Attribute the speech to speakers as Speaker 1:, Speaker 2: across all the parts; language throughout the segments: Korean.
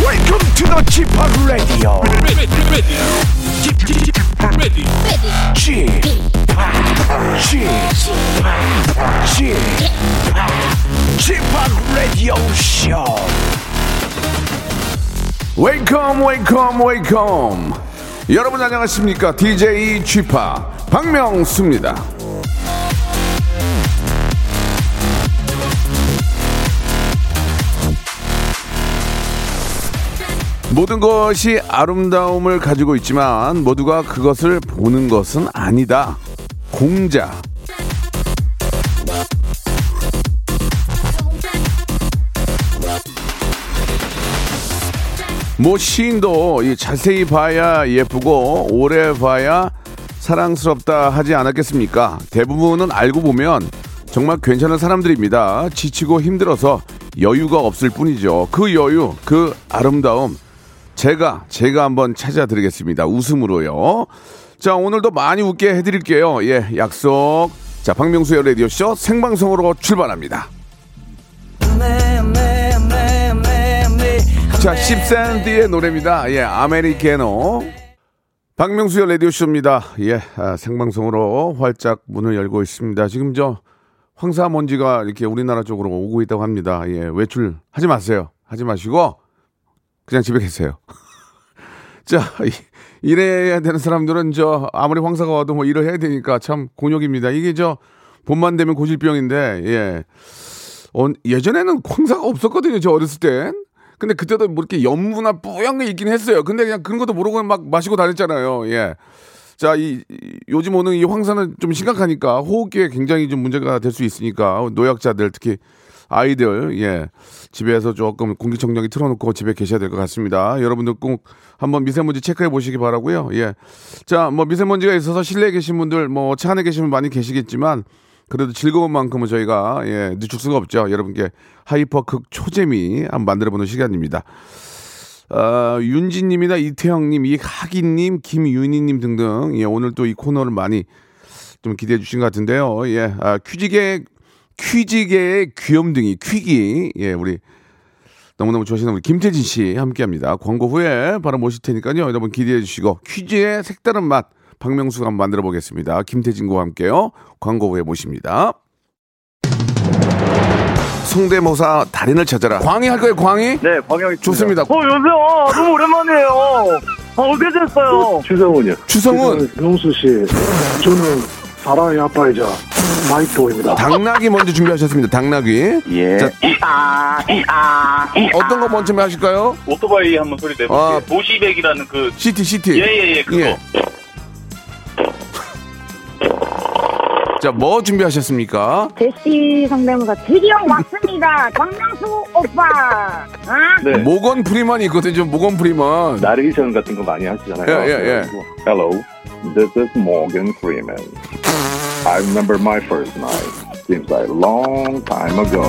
Speaker 1: Welcome to the g p o p Radio.
Speaker 2: ready, ready, ready,
Speaker 1: g p o p G p o p Radio Show.
Speaker 3: 웨이컴 웨이컴 웨이컴 여러분 안녕하십니까 DJ g p o p 박명수입니다 모든 것이 아름다움을 가지고 있지만 모두가 그것을 보는 것은 아니다 공자 모 시인도 이 자세히 봐야 예쁘고 오래 봐야 사랑스럽다 하지 않았겠습니까? 대부분은 알고 보면 정말 괜찮은 사람들입니다. 지치고 힘들어서 여유가 없을 뿐이죠. 그 여유, 그 아름다움 제가 제가 한번 찾아드리겠습니다. 웃음으로요. 자 오늘도 많이 웃게 해드릴게요. 예 약속. 자 박명수의 라디오 쇼 생방송으로 출발합니다. 자, 10cm의 노래입니다. 예, 아메리케노. 박명수의 라디오쇼입니다. 예, 아, 생방송으로 활짝 문을 열고 있습니다. 지금 저 황사먼지가 이렇게 우리나라 쪽으로 오고 있다고 합니다. 예, 외출 하지 마세요. 하지 마시고 그냥 집에 계세요. 자, 이- 일해야 되는 사람들은 저 아무리 황사가 와도 뭐 일을 해야 되니까 참 곤욕입니다. 이게 저 봄만 되면 고질병인데 예. 어, 예전에는 황사가 없었거든요. 저 어렸을 땐. 근데 그때도 뭐 이렇게 연무나 뿌연 게 있긴 했어요. 근데 그냥 그런 것도 모르고 막 마시고 다녔잖아요. 예. 자, 이, 이- 요즘 오는 이 황사는 좀 심각하니까 호흡기에 굉장히 좀 문제가 될 수 있으니까 노약자들 특히 아이들 예 집에서 조금 공기청정기 틀어놓고 집에 계셔야 될 것 같습니다. 여러분들 꼭 한번 미세먼지 체크해 보시기 바라고요. 예, 자 뭐 미세먼지가 있어서 실내에 계신 분들 뭐 차 안에 계신 분 많이 계시겠지만 그래도 즐거운 만큼은 저희가 예 늦출 수가 없죠. 여러분께 하이퍼극 초재미 한번 만들어보는 시간입니다. 아, 윤지님이나 이태영님, 이하기님, 김윤희님 등등 예, 오늘 또 이 코너를 많이 좀 기대해 주신 것 같은데요. 예, 아, 퀴즈계 퀴즈계의 귀염둥이 퀴기 예 우리 너무너무 좋아하시는 우리 김태진 씨 함께합니다. 광고 후에 바로 모실 테니까요. 여러분 기대해 주시고 퀴즈의 색다른 맛 박명수가 한번 만들어 보겠습니다. 김태진과 함께요. 광고 후에 모십니다. 송대모사 달인을 찾아라. 광희 할 거예요, 광희?
Speaker 4: 네, 광영이
Speaker 3: 좋습니다.
Speaker 4: 어, 여보세요. 너무 오랜만이에요. 아, 오래됐어요.
Speaker 5: 최성훈이요. 그
Speaker 3: 추성훈,
Speaker 5: 명수 씨, 저는 사랑의 아빠이자 마이토입니다.
Speaker 3: 당나귀 먼저 준비하셨습니다. 당나귀.
Speaker 4: 예.
Speaker 3: 자, 어떤 거 먼저 하실까요?
Speaker 6: 오토바이 한번 소리 내볼게요.
Speaker 3: 아.
Speaker 6: 도시백이라는 그
Speaker 3: 시티 시티.
Speaker 6: 예예예 그거.
Speaker 3: 예. 자, 뭐 준비하셨습니까?
Speaker 7: 제시 성대모사 드디어 왔습니다. 박명수 오빠. 어?
Speaker 4: 네.
Speaker 3: 모건 프리먼이 있거든요. 모건 프리먼.
Speaker 6: 네.
Speaker 4: 나레이션 같은 거 많이 하시잖아요.
Speaker 3: 예, 예, 예.
Speaker 4: 그래가지고, Hello, this is Morgan Freeman. I remember my first night. Seems like a long time ago.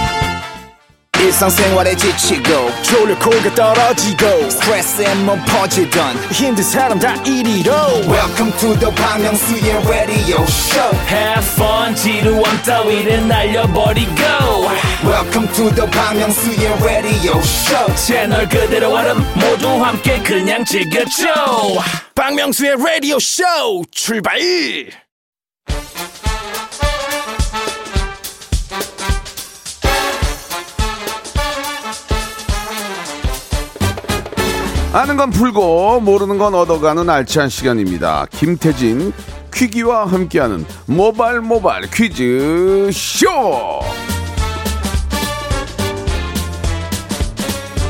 Speaker 8: 일상생활에 지치고, 졸려 코가 떨어지고, 스트레스에 몸 퍼지던, 힘든 사람 다 이리로. welcome to the Bang Myung-soo's radio show
Speaker 2: Have fun 지루한 따위를 날려버리고
Speaker 8: welcome to the Bang Myung-soo's radio show
Speaker 2: 채널 그대로 와름 모두 함께 그냥 즐겨줘 박명수의 라디오 쇼 출발
Speaker 3: 아는 건 풀고 모르는 건 얻어가는 알찬 시간입니다. 김태진 퀴기와 함께하는 모발 모발 퀴즈 쇼.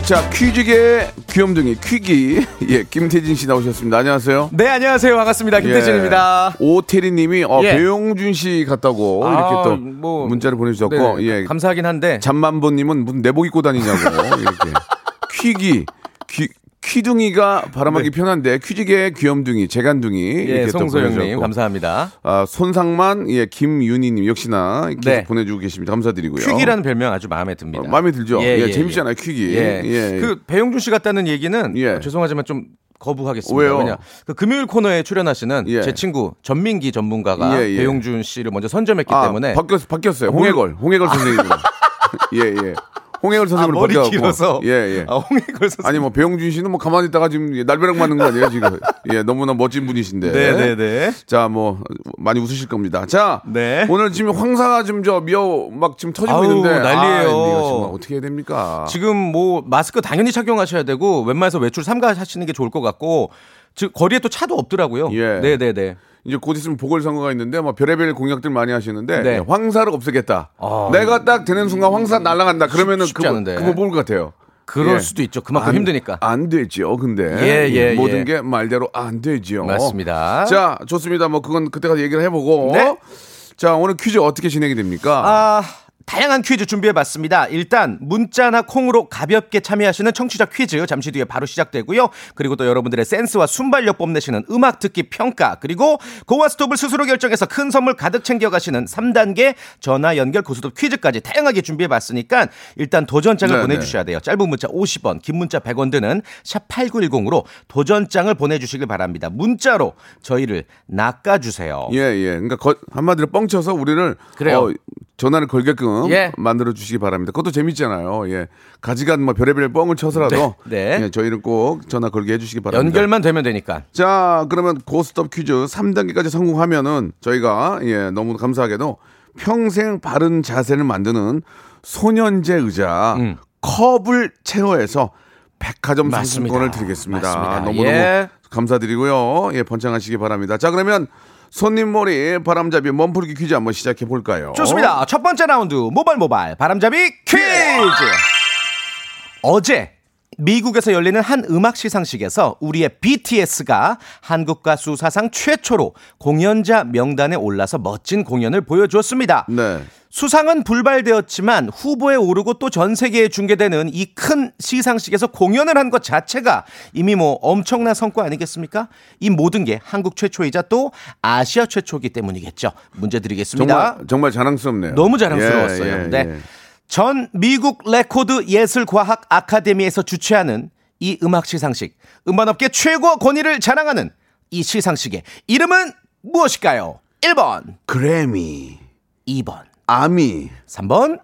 Speaker 3: 자 퀴즈계 귀염둥이 퀴기 예 김태진 씨 나오셨습니다. 안녕하세요.
Speaker 9: 네, 안녕하세요. 반갑습니다. 김태진입니다.
Speaker 3: 예. 오태리님이 어,
Speaker 9: 예.
Speaker 3: 배용준 씨 같다고 이렇게
Speaker 9: 아,
Speaker 3: 또
Speaker 9: 뭐,
Speaker 3: 문자를
Speaker 9: 네,
Speaker 3: 보내주셨고 예
Speaker 9: 감사하긴 한데
Speaker 3: 잠만보님은 무슨 내복 입고 다니냐고 이렇게 퀴기 퀴 퀴둥이가 바람하기 편한데 퀴지개의 귀염둥이 재간둥이
Speaker 9: 네. 예,
Speaker 3: 이렇게 또
Speaker 9: 송소영님
Speaker 3: 보내주셨고.
Speaker 9: 감사합니다.
Speaker 3: 아, 손상만 예 김윤희님 역시나 계속
Speaker 9: 네.
Speaker 3: 보내주고 계십니다 감사드리고요.
Speaker 9: 퀵이라는 별명 아주 마음에 듭니다.
Speaker 3: 어, 마음에 들죠. 예, 재밌잖아요, 퀵이.
Speaker 9: 예.
Speaker 3: 예.
Speaker 9: 그 배용준 씨 같다는 얘기는
Speaker 3: 예.
Speaker 9: 어, 죄송하지만 좀 거부하겠습니다.
Speaker 3: 왜요?
Speaker 9: 왜냐 그 금요일 코너에 출연하시는
Speaker 3: 예.
Speaker 9: 제 친구 전민기 전문가가
Speaker 3: 예, 예.
Speaker 9: 배용준 씨를 먼저 선점했기
Speaker 3: 아,
Speaker 9: 때문에
Speaker 3: 바뀌었, 바뀌었어요. 홍해걸. 홍해걸 선생님으로. 예, 예. 홍해걸 선생님으로
Speaker 9: 아, 머리
Speaker 3: 바뀌었고.
Speaker 9: 길어서.
Speaker 3: 예, 예.
Speaker 9: 아, 홍익걸 선생
Speaker 3: 아니 뭐 배용준 씨는 뭐 가만히 있다가 지금 날벼락 맞는 거 아니에요 지금? 예, 너무나 멋진 분이신데.
Speaker 9: 네, 네, 네.
Speaker 3: 자, 뭐 많이 웃으실 겁니다. 자,
Speaker 9: 네.
Speaker 3: 오늘 지금 황사가 지금 저 미어 막 지금 터지고
Speaker 9: 아우,
Speaker 3: 있는데
Speaker 9: 난리예요.
Speaker 3: 아, 이거 정말 어떻게 해야 됩니까?
Speaker 9: 지금 뭐 마스크 당연히 착용하셔야 되고 웬만해서 외출 삼가하시는 게 좋을 것 같고 즉 거리에 또 차도 없더라고요.
Speaker 3: 예.
Speaker 9: 네, 네, 네.
Speaker 3: 이제 곧 있으면 보궐선거가 있는데 막 별의별 공약들 많이 하시는데
Speaker 9: 네.
Speaker 3: 예, 황사를 없애겠다.
Speaker 9: 아.
Speaker 3: 내가 딱 되는 순간 황사 날아간다. 그러면은
Speaker 9: 쉽지
Speaker 3: 그거
Speaker 9: 않은데.
Speaker 3: 그거 먹을 것 같아요.
Speaker 9: 그럴
Speaker 3: 예.
Speaker 9: 수도 있죠. 그만큼
Speaker 3: 안-
Speaker 9: 힘드니까.
Speaker 3: 안 되죠. 근데
Speaker 9: 예, 예,
Speaker 3: 모든
Speaker 9: 예.
Speaker 3: 게 말대로 안 되죠.
Speaker 9: 맞습니다.
Speaker 3: 자, 좋습니다. 뭐 그건 그때 가서 얘기를 해보고.
Speaker 9: 네.
Speaker 3: 자, 오늘 퀴즈 어떻게 진행이 됩니까?
Speaker 9: 아, 다양한 퀴즈 준비해봤습니다. 일단 문자나 콩으로 가볍게 참여하시는 청취자 퀴즈 잠시 뒤에 바로 시작되고요. 그리고 또 여러분들의 센스와 순발력 뽐내시는 음악 듣기 평가 그리고 고와 스톱을 스스로 결정해서 큰 선물 가득 챙겨가시는 3단계 전화 연결 고스톱 퀴즈까지 다양하게 준비해봤으니까 일단 도전장을
Speaker 3: 네네.
Speaker 9: 보내주셔야 돼요. 짧은 문자 50원, 긴 문자 100원 드는 샵 8910으로 도전장을 보내주시길 바랍니다. 문자로 저희를 낚아주세요.
Speaker 3: 예, 예. 그러니까 거- 한마디로 뻥쳐서 우리를
Speaker 9: 그래요.
Speaker 3: 어, 전화를 걸게끔
Speaker 9: 예.
Speaker 3: 만들어 주시기 바랍니다. 그것도 재밌잖아요. 예. 가지간 뭐 별의별 뻥을 쳐서라도
Speaker 9: 네, 네.
Speaker 3: 예, 저희를 꼭 전화 걸게 해주시기 바랍니다.
Speaker 9: 연결만 되면 되니까.
Speaker 3: 자, 그러면 고스톱 퀴즈 3단계까지 성공하면은 저희가 예, 너무 감사하게도 평생 바른 자세를 만드는 소년제 의자 컵을 채워해서 백화점
Speaker 9: 음. 맞습니다.
Speaker 3: 상품권을 드리겠습니다.
Speaker 9: 맞습니다.
Speaker 3: 너무너무
Speaker 9: 예.
Speaker 3: 감사드리고요. 예, 번창하시기 바랍니다. 자, 그러면 손님 머리 바람잡이 몸풀기 퀴즈 한번 시작해 볼까요?
Speaker 9: 어? 좋습니다. 첫 번째 라운드 모발 모발 바람잡이 퀴즈. 어제 미국에서 열리는 한 음악 시상식에서 우리의 BTS가 한국 가수 사상 최초로 공연자 명단에 올라서 멋진 공연을 보여주었습니다.
Speaker 3: 네.
Speaker 9: 수상은 불발되었지만 후보에 오르고 또 전 세계에 중계되는 이 큰 시상식에서 공연을 한 것 자체가 이미 뭐 엄청난 성과 아니겠습니까? 이 모든 게 한국 최초이자 또 아시아 최초이기 때문이겠죠. 문제 드리겠습니다.
Speaker 3: 정말 정말 자랑스럽네요.
Speaker 9: 너무 자랑스러웠어요.
Speaker 3: 예, 예,
Speaker 9: 네.
Speaker 3: 예.
Speaker 9: 전 미국 레코드 예술과학 아카데미에서 주최하는 이 음악 시상식, 음반업계 최고 권위를 자랑하는 이 시상식의 이름은 무엇일까요? 1번,
Speaker 3: 그래미,
Speaker 9: 2번,
Speaker 3: 아미,
Speaker 9: 3번.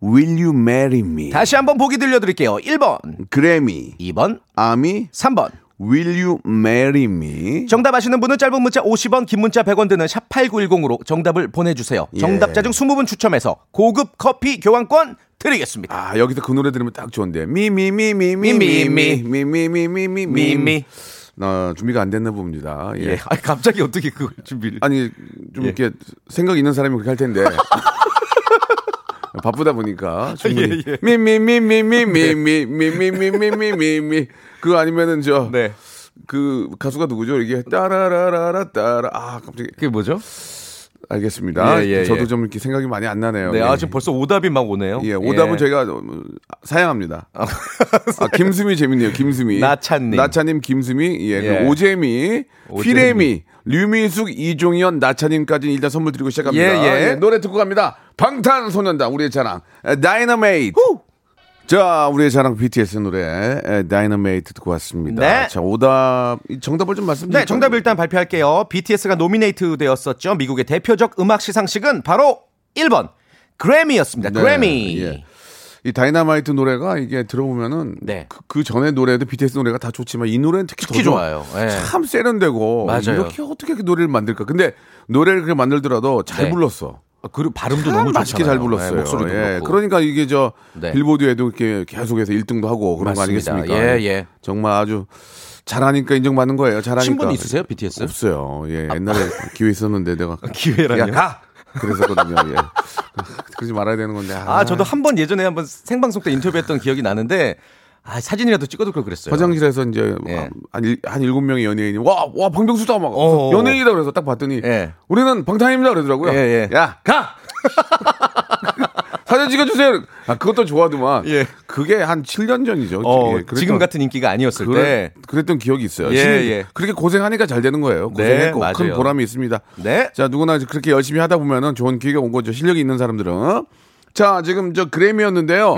Speaker 3: Will you marry me?
Speaker 9: 다시 한번 보기 들려드릴게요. 1번,
Speaker 3: 그래미,
Speaker 9: 2번,
Speaker 3: 아미,
Speaker 9: 3번.
Speaker 3: Will you marry me?
Speaker 9: 정답 아시는 분은 짧은 문자 50원, 긴 문자 100원 드는 샵 8910으로 정답을 보내주세요.
Speaker 3: 예.
Speaker 9: 정답자 중 20분 추첨해서 고급 커피 교환권 드리겠습니다.
Speaker 3: 아 여기서 그 노래 들으면 딱 좋은데 미미미미미미미미미미미미미
Speaker 9: 미미.
Speaker 3: 나 준비가 안 됐나 봅니다. 예.
Speaker 9: 예. 아, 갑자기 어떻게 그걸 준비를.
Speaker 3: 아니 좀 이렇게 생각 있는 사람이 그렇게 할 텐데 바쁘다 보니까 충분히
Speaker 9: 예, 네. 예.
Speaker 3: 미미미미미미미미미미미미미 그거 아니면은 저
Speaker 9: 네.
Speaker 3: 그 가수가 누구죠? 이게 따라라라라 따라 아 갑자기
Speaker 9: 그게 뭐죠?
Speaker 3: 알겠습니다.
Speaker 9: 예, 예,
Speaker 3: 저도
Speaker 9: 예.
Speaker 3: 좀 이렇게 생각이 많이 안 나네요.
Speaker 9: 네,
Speaker 3: 예.
Speaker 9: 아 지금 벌써 오답이 막 오네요.
Speaker 3: 예, 오답은 저희가 음, 사양합니다. 아, 김수미 재밌네요. 김수미.
Speaker 9: 나찬님.
Speaker 3: 나찬님, 김수미. 예, 그리고
Speaker 9: 예.
Speaker 3: 오재미, 피레미, 류민숙, 이종현, 나찬님까지 일단 선물 드리고 시작합니다.
Speaker 9: 예, 예.
Speaker 3: 노래 듣고 갑니다. 방탄소년단 우리의 자랑 다이너메이트. 자, 우리의 자랑 BTS 노래 다이너메이트 듣고 왔습니다.
Speaker 9: 네.
Speaker 3: 자, 오답 이 정답을 좀 말씀드릴까요?
Speaker 9: 네, 정답 일단 발표할게요. BTS가 노미네이트 되었었죠. 미국의 대표적 음악 시상식은 바로 1번 그래미였습니다.
Speaker 3: 네,
Speaker 9: 그래미.
Speaker 3: 예. 이 다이너마이트 노래가 이게 들어보면은
Speaker 9: 네.
Speaker 3: 그, 그 전에 노래도 BTS 노래가 다 좋지만 이 노래는 특히,
Speaker 9: 특히
Speaker 3: 더
Speaker 9: 좋아요. 예.
Speaker 3: 참 세련되고
Speaker 9: 맞아요.
Speaker 3: 이렇게 어떻게 이렇게 노래를 만들까? 근데 노래를 그렇게 만들더라도 잘
Speaker 9: 네.
Speaker 3: 불렀어.
Speaker 9: 그리고 발음도
Speaker 3: 참
Speaker 9: 너무
Speaker 3: 맛있게 잘
Speaker 9: 좋잖아요.
Speaker 3: 불렀어요.
Speaker 9: 예, 목소리도
Speaker 3: 예,
Speaker 9: 그렇고.
Speaker 3: 그러니까 이게 저
Speaker 9: 네.
Speaker 3: 빌보드에도 이렇게 계속해서 1등도 하고 그런
Speaker 9: 맞습니다.
Speaker 3: 거 아니겠습니까?
Speaker 9: 예, 예.
Speaker 3: 정말 아주 잘하니까 인정받는 거예요. 잘하니까.
Speaker 9: 친분 있으세요, 아. BTS?
Speaker 3: 없어요. 예, 옛날에 기회 있었는데 내가
Speaker 9: 기회라뇨?
Speaker 3: 야, 가. 그랬었거든요. 예. 그러지 말아야 되는 건데.
Speaker 9: 아, 저도 한 번 예전에 한 번 생방송 때 인터뷰했던 기억이 나는데 아, 사진이라도 찍어둘 걸 그랬어요.
Speaker 3: 화장실에서 이제
Speaker 9: 예.
Speaker 3: 한, 일- 한 일곱 명의 연예인이 와, 와, 방병수다 막
Speaker 9: 어.
Speaker 3: 연예인이다 그래서 딱 봤더니
Speaker 9: 예.
Speaker 3: 우리는 방탄입니다 그러더라고요.
Speaker 9: 예, 예.
Speaker 3: 야, 가! 사진 찍어주세요. 아, 그것도 좋아도만.
Speaker 9: 예.
Speaker 3: 그게 한 7년 전이죠.
Speaker 9: 어,
Speaker 3: 예, 그랬던-
Speaker 9: 지금 같은 인기가 아니었을
Speaker 3: 그래,
Speaker 9: 때.
Speaker 3: 그랬던 기억이 있어요.
Speaker 9: 예,
Speaker 3: 지금
Speaker 9: 예.
Speaker 3: 그렇게 고생하니까 잘 되는 거예요.
Speaker 9: 네,
Speaker 3: 고생했고 큰
Speaker 9: 맞아요.
Speaker 3: 보람이 있습니다.
Speaker 9: 네.
Speaker 3: 자, 누구나 이제 그렇게 열심히 하다
Speaker 9: 음.
Speaker 3: 보면은 좋은 기회가 온 거죠. 실력이 있는 사람들은. 자, 지금 저 그래미였는데요.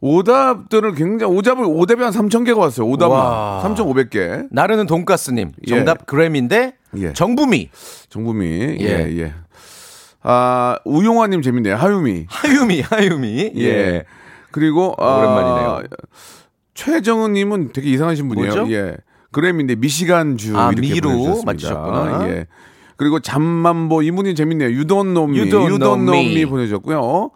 Speaker 3: 오답들을 굉장히 오답을 오답이 한 3천 개가 왔어요.
Speaker 9: 와.
Speaker 3: 오답만 3,500개.
Speaker 9: 나르는 돈가스님
Speaker 3: 예.
Speaker 9: 정답 그램인데
Speaker 3: 예.
Speaker 9: 정부미
Speaker 3: 정부미
Speaker 9: 예.
Speaker 3: 예 예. 아 우용화님 재밌네요. 하유미
Speaker 9: 하유미 하유미
Speaker 3: 예. 그리고 아,
Speaker 9: 오랜만이네요.
Speaker 3: 최정은님은 되게 이상하신 분이에요.
Speaker 9: 뭐죠?
Speaker 3: 예. 그램인데 미시간주
Speaker 9: 아,
Speaker 3: 이렇게
Speaker 9: 미루
Speaker 3: 보내주셨습니다.
Speaker 9: 맞히셨구나.
Speaker 3: 예. 그리고 잠만보 이분이 재밌네요. 유돈놈이
Speaker 9: You don't know me.
Speaker 3: 유돈놈이 보내주셨고요.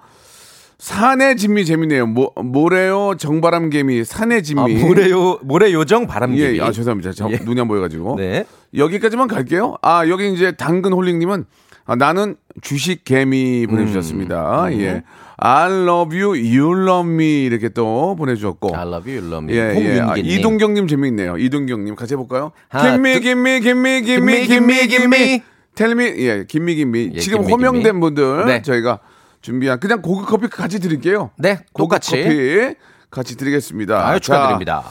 Speaker 3: 산의 진미 재밌네요. 모, 모래요 정바람개미 산의 진미.
Speaker 9: 아, 모래요 모래 요정 바람개비
Speaker 3: 예, 아 죄송합니다. 저
Speaker 9: 예.
Speaker 3: 눈이 안 보여가지고.
Speaker 9: 네
Speaker 3: 여기까지만 갈게요. 아, 여기 이제 당근 홀링님은 아, 나는 주식 개미 보내주셨습니다.
Speaker 9: 음,
Speaker 3: 예. I love you, you love me 이렇게 또 보내주셨고.
Speaker 9: I love you, you love me.
Speaker 3: 예, 예. 아,
Speaker 9: 홍민기님.
Speaker 3: 이동경님 재미있네요. 이동경님 같이 해볼까요?
Speaker 9: 하나,
Speaker 3: 김미,
Speaker 9: 둘.
Speaker 3: 김미, 김미, 김미, 김미, 김미. 텔미, 예, 김미, 김미.
Speaker 9: 예,
Speaker 3: 지금
Speaker 9: 김미,
Speaker 3: 호명된
Speaker 9: 김미.
Speaker 3: 분들
Speaker 9: 네.
Speaker 3: 저희가 준비한 그냥 고급 커피 같이 드릴게요.
Speaker 9: 네 똑같이
Speaker 3: 고급 커피 같이 드리겠습니다.
Speaker 9: 아유
Speaker 3: 자,
Speaker 9: 축하드립니다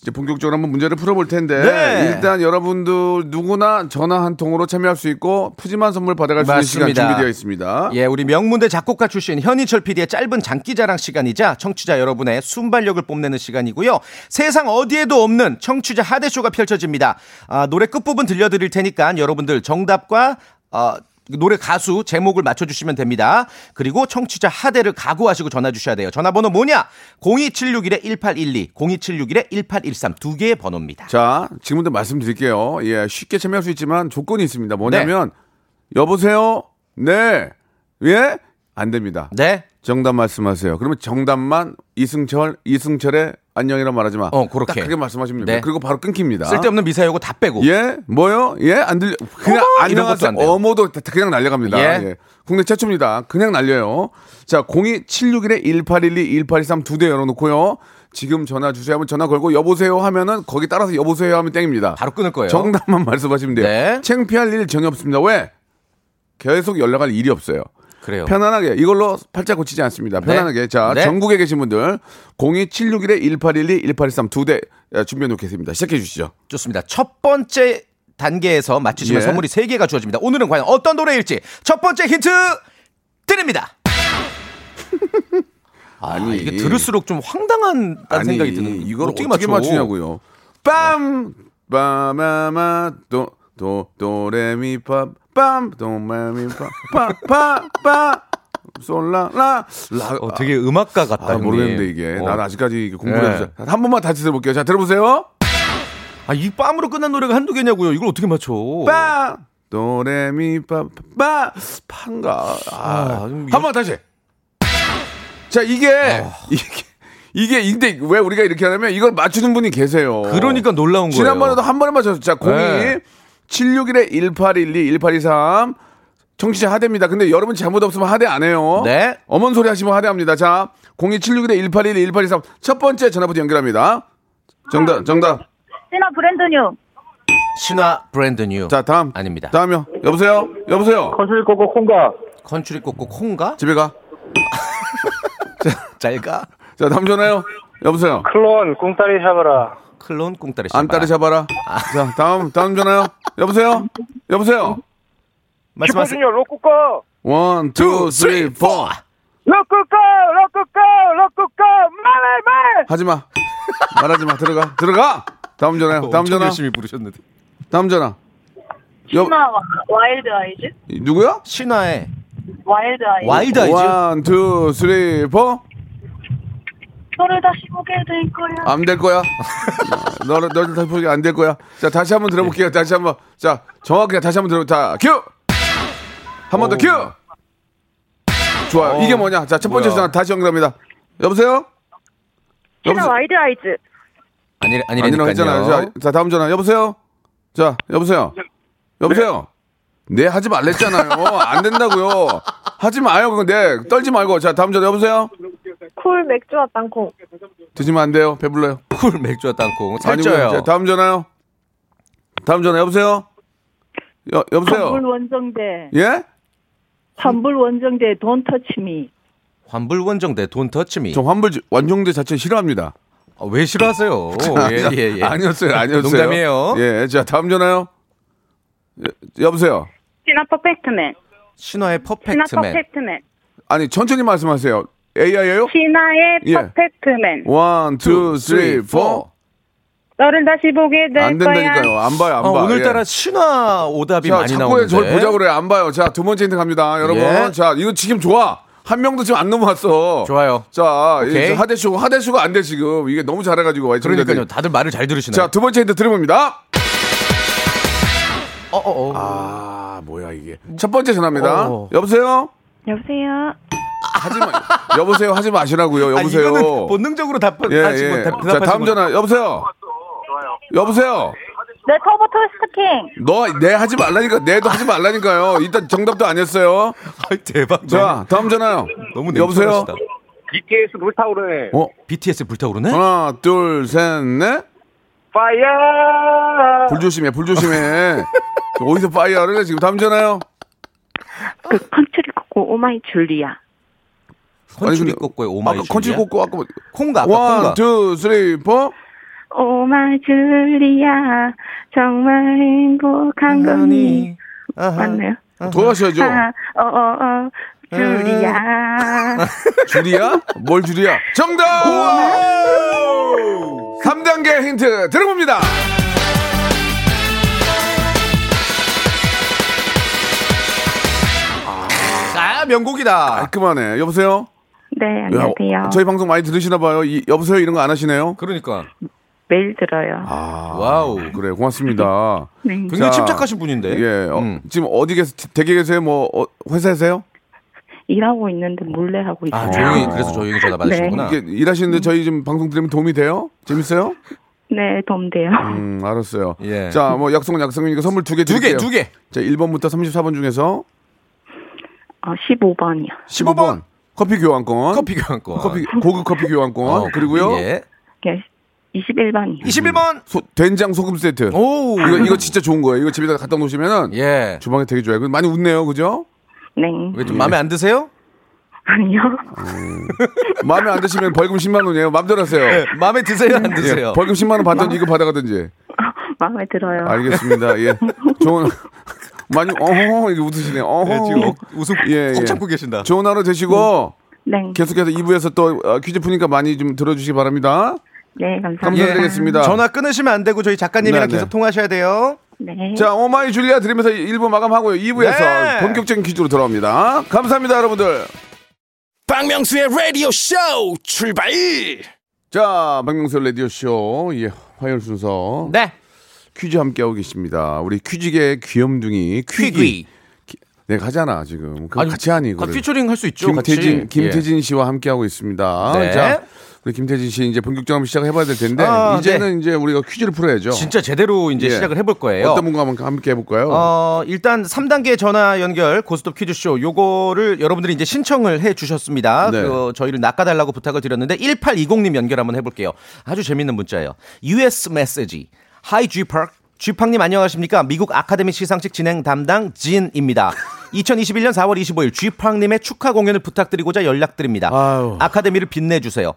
Speaker 3: 이제 본격적으로 한번 문제를 풀어볼 텐데
Speaker 9: 네.
Speaker 3: 일단 여러분들 누구나 전화 한 통으로 참여할 수 있고 푸짐한 선물 받아갈 수 있는 시간
Speaker 9: 맞습니다.
Speaker 3: 준비되어 있습니다.
Speaker 9: 예, 우리 명문대 작곡가 출신 현희철 PD의 짧은 장기자랑 시간이자 청취자 여러분의 순발력을 뽐내는 시간이고요. 세상 어디에도 없는 청취자 하대쇼가 펼쳐집니다. 아, 노래 끝부분 들려드릴 테니까 여러분들 정답과 어, 노래 가수 제목을 맞춰주시면 됩니다. 그리고 청취자 하대를 각오하시고 전화 주셔야 돼요. 전화번호 뭐냐? 02761-1812, 02761-1813 두 개의 번호입니다.
Speaker 3: 자 지금부터 말씀드릴게요. 예 쉽게 참여할 수 있지만 조건이 있습니다. 뭐냐면 여보세요. 네. 예? 안 됩니다.
Speaker 9: 네.
Speaker 3: 정답 말씀하세요. 그러면 정답만 이승철 이승철의 안녕이라 말하지 마.
Speaker 9: 어, 그렇게.
Speaker 3: 딱 크게 말씀하시면 됩니다.
Speaker 9: 네.
Speaker 3: 그리고 바로 끊깁니다.
Speaker 9: 쓸데없는 미사여고 다 빼고.
Speaker 3: 예? 뭐요? 예? 안 들려. 그냥
Speaker 9: 뭐. 어머!
Speaker 3: 안녕하
Speaker 9: 이런 것도
Speaker 3: 세
Speaker 9: 안 돼요.
Speaker 3: 어머도 다- 다 그냥 날려갑니다.
Speaker 9: 예.
Speaker 3: 예. 국내 최초입니다. 그냥 날려요. 자, 02761-1812-1823 두 대 열어놓고요. 지금 전화 주세요 하면 전화 걸고 여보세요 하면은 거기 따라서 여보세요 하면 땡입니다.
Speaker 9: 바로 끊을 거예요.
Speaker 3: 정답만 말씀하시면 돼요.
Speaker 9: 네.
Speaker 3: 창피할 일 전혀 없습니다. 왜? 계속 연락할 일이 없어요.
Speaker 9: 그래요.
Speaker 3: 편안하게 이걸로 팔자 고치지 않습니다. 편안하게 자
Speaker 9: 네.
Speaker 3: 전국에 계신 분들 02761-1812-1823 두 대 준비해 놓겠습니다. 시작해 주시죠.
Speaker 9: 좋습니다. 첫 번째 단계에서 맞추시면
Speaker 3: 예.
Speaker 9: 선물이 세개가 주어집니다. 오늘은 과연 어떤 노래일지 첫 번째 힌트 드립니다. 아니, 이게 들을수록 좀 황당한 다는 생각이 드는
Speaker 3: 이걸 어떻게, 맞추냐고요. 빰! 빠마마 도, 도, 도레미파 빰! 도레미파 빰! 빠! 빠! 솔라 라! 라!
Speaker 9: 어, 되게 음악가 같다.
Speaker 3: 아,
Speaker 9: 형님.
Speaker 3: 모르겠는데 이게.
Speaker 9: 어.
Speaker 3: 난 아직까지 공부를
Speaker 9: 예.
Speaker 3: 해보자. 한 번만 다시 들어볼게요. 자, 들어보세요.
Speaker 9: 아, 이 빰으로 끝난 노래가 한두 개냐고요. 이걸 어떻게 맞춰?
Speaker 3: 빰!
Speaker 9: 아,
Speaker 3: 도레미파 빠! 파인가?
Speaker 9: 아,
Speaker 3: 아,
Speaker 9: 좀 이거-
Speaker 3: 한 번 다시. 자, 이게
Speaker 9: 아.
Speaker 3: 이게 이게 근데 왜 우리가 이렇게 하냐면 이걸 맞추는 분이 계세요.
Speaker 9: 그러니까 놀라운 거예요.
Speaker 3: 지난번에도 한 번에 맞췄어. 자, 02
Speaker 9: 네.
Speaker 3: 761에 1812 1823 청취자 하대입니다. 근데 여러분 잘못 없으면 하대 안 해요.
Speaker 9: 네.
Speaker 3: 어먼 소리 하시면 하대합니다. 자, 02 761에 1812 1823 첫 번째 전화부터 연결합니다. 정답, 정답.
Speaker 7: 신화 브랜드뉴.
Speaker 9: 신화 브랜드 뉴.
Speaker 3: 자, 다음.
Speaker 9: 아닙니다.
Speaker 3: 다음이요. 여보세요. 여보세요.
Speaker 5: 컨트롤 꼬고 콩가.
Speaker 9: 컨츄리 꼬꼬 콩가?
Speaker 3: 집에 가.
Speaker 9: 잘가?
Speaker 3: 자, 다음 전화요. 여보세요.
Speaker 5: 클론 꿍따리 샤바라.
Speaker 9: 클론 꽁따리
Speaker 3: 안 따리 잡아라. 자, 다음 다음 전화요. 여보세요. 여보세요.
Speaker 9: 말씀하세요.
Speaker 5: 로꾸꺼.
Speaker 3: 원, 투, 쓰리, 포. 아,
Speaker 5: 로꾸꺼 로꾸꺼 로꾸꺼 말해 말해.
Speaker 3: 하지 마. 말하지 마. 들어가. 들어가. 다음 전화요. 다음
Speaker 9: 엄청
Speaker 3: 전화.
Speaker 9: 열심히 부르셨는데.
Speaker 3: 다음 전화. 여,
Speaker 7: 신화 와- 와일드 아이즈?
Speaker 3: 누구야?
Speaker 9: 신화의
Speaker 7: 와일드 아이즈.
Speaker 9: 와일드 아이즈.
Speaker 3: 원, 투, 쓰리, 포.
Speaker 7: 너를 다시 보게 될 거야.
Speaker 3: 안 될 거야. 너를 너를 다시 보게 안 될 거야. 자 다시 한번 들어볼게요. 다시 한번. 자 정확하게 다시 한번 들어. 자 큐. 한
Speaker 9: 어.
Speaker 3: 번 더 큐. 좋아요. 이게 뭐냐? 자 첫 번째
Speaker 9: 뭐야.
Speaker 3: 전화 다시 연결합니다. 여보세요.
Speaker 7: 신화
Speaker 3: 여보세요?
Speaker 7: 와일드 아이즈.
Speaker 9: 아니
Speaker 3: 아니라고 했잖아요. 자,
Speaker 9: 아니라니까요.
Speaker 3: 자, 다음 전화. 여보세요? 자, 여보세요? 여보세요? 네, 하지 말랬잖아요. 안 된다고요. 하지 마요. 그거 네, 떨지 말고. 자, 다음 전화. 여보세요?
Speaker 7: 쿨 맥주와 땅콩.
Speaker 3: 드시면 안 돼요. 배불러요.
Speaker 9: 쿨 맥주와 땅콩
Speaker 3: 아니고요.
Speaker 9: 살쪄요.
Speaker 3: 자, 다음 전화요. 다음 전화. 여보세요? 여,
Speaker 7: 환불
Speaker 3: 여보세요?
Speaker 7: 원정대.
Speaker 3: 예?
Speaker 7: 환불 원정대 돈 터치미.
Speaker 9: 환불 원정대 돈 터치미.
Speaker 3: 저 환불 완종대 자체 싫어합니다.
Speaker 9: 아, 왜 싫어하세요? 예, 예, 예.
Speaker 3: 아니었어요. 아니었어요.
Speaker 9: 농담이에요.
Speaker 3: 예. 자, 다음 전화요. 예, 여보세요?
Speaker 7: 신화 퍼펙트맨.
Speaker 9: 신화의
Speaker 7: 신화
Speaker 9: 퍼펙트맨.
Speaker 7: 퍼펙트맨.
Speaker 3: 아니, 천천히 말씀하세요. AI예요?
Speaker 10: 신화의
Speaker 3: 예.
Speaker 10: 퍼펙트맨.
Speaker 3: 원, 투, 쓰리, 포.
Speaker 10: 너를 다시 보게 될
Speaker 3: 안 된다니까요. 안 봐요, 안
Speaker 9: 아,
Speaker 3: 봐.
Speaker 9: 오늘따라
Speaker 3: 예.
Speaker 9: 신화 오답이
Speaker 3: 자,
Speaker 9: 많이
Speaker 3: 자꾸
Speaker 9: 나오는데.
Speaker 3: 저를 보자 그래. 안 봐요. 자, 두 번째 힌트 갑니다. 여러분.
Speaker 9: 예.
Speaker 3: 자, 이거 지금 좋아. 한 명도 지금 안 넘어왔어.
Speaker 9: 좋아요.
Speaker 3: 자,
Speaker 9: 오케이.
Speaker 3: 이제 하대쇼, 하대쇼가 안 돼, 지금. 이게 너무 잘해가지고. 와이트
Speaker 9: 그러니까요.
Speaker 3: 분들이.
Speaker 9: 다들 말을 잘 들으시네요.
Speaker 3: 자, 두 번째 힌트 드려봅니다.
Speaker 9: 어, 어, 어.
Speaker 3: 아, 뭐야, 이게. 첫 번째 전화입니다.
Speaker 9: 어.
Speaker 3: 여보세요?
Speaker 7: 여보세요.
Speaker 3: 여보세요? 하지 마시라고요.
Speaker 9: 아,
Speaker 3: 여보세요?
Speaker 9: 이거는 본능적으로 답,
Speaker 3: 예,
Speaker 9: 하시
Speaker 3: 예.
Speaker 9: 답,
Speaker 3: 자, 다음 전화. 여보세요? 여보세요?
Speaker 10: 네, 터보 토스킹.
Speaker 3: 너, 내 하지 말라니까, 내도 하지 말라니까요. 일단 정답도 안 했어요.
Speaker 9: 아, 대박.
Speaker 3: 자, 다음 전화요.
Speaker 9: 너무
Speaker 3: 여보세요?
Speaker 9: 냉철하시다.
Speaker 5: BTS 불타오르네.
Speaker 3: 어?
Speaker 9: BTS 불타오르네?
Speaker 3: 하나, 둘, 셋, 넷.
Speaker 5: 파이어.
Speaker 3: 불 조심해, 불 조심해. 어디서 파이어를 해? 지금 다음 전화요?
Speaker 7: 그 컨트리 코코 오마이 줄리아.
Speaker 9: 컨츄리
Speaker 3: 근데-
Speaker 9: 꺾고요. 오마이
Speaker 3: 아까 컨치
Speaker 9: 줄리아.
Speaker 3: 꽂고 아까
Speaker 9: 콩가 아까 콩가.
Speaker 3: 원, 투, 쓰리, 포.
Speaker 7: 오마이 줄리아 정말 행복한 거니.
Speaker 3: 음.
Speaker 7: 맞나요?
Speaker 3: 돌아가셔야죠.
Speaker 7: 아, 어, 어, 어, 줄이야.
Speaker 3: 줄이야? 뭘 줄이야? 정답! 3단계 힌트 들어봅니다.
Speaker 9: 아, 명곡이다.
Speaker 3: 깔끔하네. 여보세요?
Speaker 7: 네,
Speaker 3: 야, 어,
Speaker 7: 안녕하세요.
Speaker 3: 저희 방송 많이 들으시나 봐요. 이- 여보세요 이런 거 안 하시네요?
Speaker 9: 그러니까.
Speaker 7: 매일 들어요.
Speaker 3: 아,
Speaker 9: 와우.
Speaker 3: 그래 고맙습니다.
Speaker 7: 네.
Speaker 9: 굉장히
Speaker 3: 자,
Speaker 9: 침착하신 분인데.
Speaker 3: 예, 어,
Speaker 9: 음.
Speaker 3: 지금 어디 계세요? 댁에 계세요? 뭐 어, 회사에세요?
Speaker 7: 일하고 있는데 몰래 하고 있어요.
Speaker 9: 아, 네. 조용히 그래서 조용히 전화 받으시는구나.
Speaker 3: 이게 일하시는데 저희 지금 방송 들으면 도움이 돼요? 재밌어요?
Speaker 7: 네, 덤대요.
Speaker 3: 음, 알았어요.
Speaker 9: 예.
Speaker 3: 자, 뭐 약속은 약속이니까 선물 두 개
Speaker 9: 두
Speaker 3: 드릴게요.
Speaker 9: 개, 두 개.
Speaker 3: 자, 1번부터 34번 중에서
Speaker 7: 어, 15번이요.
Speaker 3: 15번, 커피 교환권.
Speaker 9: 커피 교환권.
Speaker 3: 어, 커피, 고급 커피 교환권.
Speaker 9: 어,
Speaker 3: 그리고요.
Speaker 9: 예.
Speaker 7: 네, 21번이요.
Speaker 9: 21번.
Speaker 3: 소- 된장 소금 세트.
Speaker 9: 오.
Speaker 3: 이거 이거 진짜 좋은 거예요. 이거 집에다 갖다 놓으시면은
Speaker 9: 어. 예.
Speaker 3: 주방에 되게 좋아요. 근데 많이 웃네요. 그죠?
Speaker 7: 네.
Speaker 9: 왜 좀
Speaker 3: 예.
Speaker 9: 마음에 안 드세요?
Speaker 7: 아니요.
Speaker 3: 마음에 안 드시면 벌금 10만 원이에요. 맘대로 하세요.
Speaker 9: 마음에 드세요, 안 예, 드세요?
Speaker 3: 예, 벌금 10만 원 받든지 이거 받아가든지.
Speaker 7: 마음에 들어요.
Speaker 3: 알겠습니다. 예. 좋은 많이 어허 이게 웃으시네. 어허.
Speaker 9: 예, 지금 억- 웃음
Speaker 3: 예,
Speaker 9: 꼭
Speaker 3: 예.
Speaker 9: 참고 계신다.
Speaker 3: 좋은 하루 되시고
Speaker 7: 네.
Speaker 3: 계속해서 2부에서 또 어, 퀴즈 푸니까 많이 좀 들어주시기 바랍니다.
Speaker 7: 네, 감사합니다.
Speaker 3: 감사드리겠습니다.
Speaker 9: 예. 전화 끊으시면 안 되고 저희 작가님이랑
Speaker 3: 네, 네.
Speaker 9: 계속 통화하셔야 돼요.
Speaker 7: 네.
Speaker 3: 자, 오마이 줄리아 드리면서 1부 마감하고요. 2부에서
Speaker 9: 네.
Speaker 3: 본격적인 퀴즈로 돌아옵니다. 감사합니다, 여러분들.
Speaker 2: 박명수의 라디오 쇼 출발
Speaker 3: 자, 박명수 라디오쇼. 예, 화요일 순서.
Speaker 9: 네.
Speaker 3: 퀴즈 함께하고 계십니다. 우리 퀴즈계의 귀염둥이 퀴기. 네,
Speaker 9: 퀴귀.
Speaker 3: 내가 하잖아, 지금. 그럼 같이 하니,
Speaker 9: 아,
Speaker 3: 그래.
Speaker 9: 피처링 할 수 있죠.
Speaker 3: 김태진,
Speaker 9: 같이. 예.
Speaker 3: 김태진 씨와 함께하고 있습니다.
Speaker 9: 네.
Speaker 3: 자, 우리 김태진 씨 이제 본격적으로 한번 시작해봐야 될 텐데,
Speaker 9: 아,
Speaker 3: 이제는 이제 우리가 퀴즈를 풀어야죠.
Speaker 9: 예. 진짜 제대로 이제
Speaker 3: 예.
Speaker 9: 시작을 해볼 거예요.
Speaker 3: 어떤 분과 한번 함께 해볼까요?
Speaker 9: 어, 일단 3단계 전화 연결 고스톱 퀴즈쇼 요거를 여러분들이 이제 신청을 해 주셨습니다.
Speaker 3: 네.
Speaker 9: 그 저희를 낚아달라고 부탁을 드렸는데 1820님 연결 한번 해볼게요. 아주 재밌는 문자예요. US 메시지. Hi G Park. 쥐팡님 안녕하십니까? 미국 아카데미 시상식 진행 담당 진입니다. 2021년 4월 25일 쥐팡님의 축하 공연을 부탁드리고자 연락드립니다.
Speaker 3: 아유.
Speaker 9: 카데미를 빛내주세요.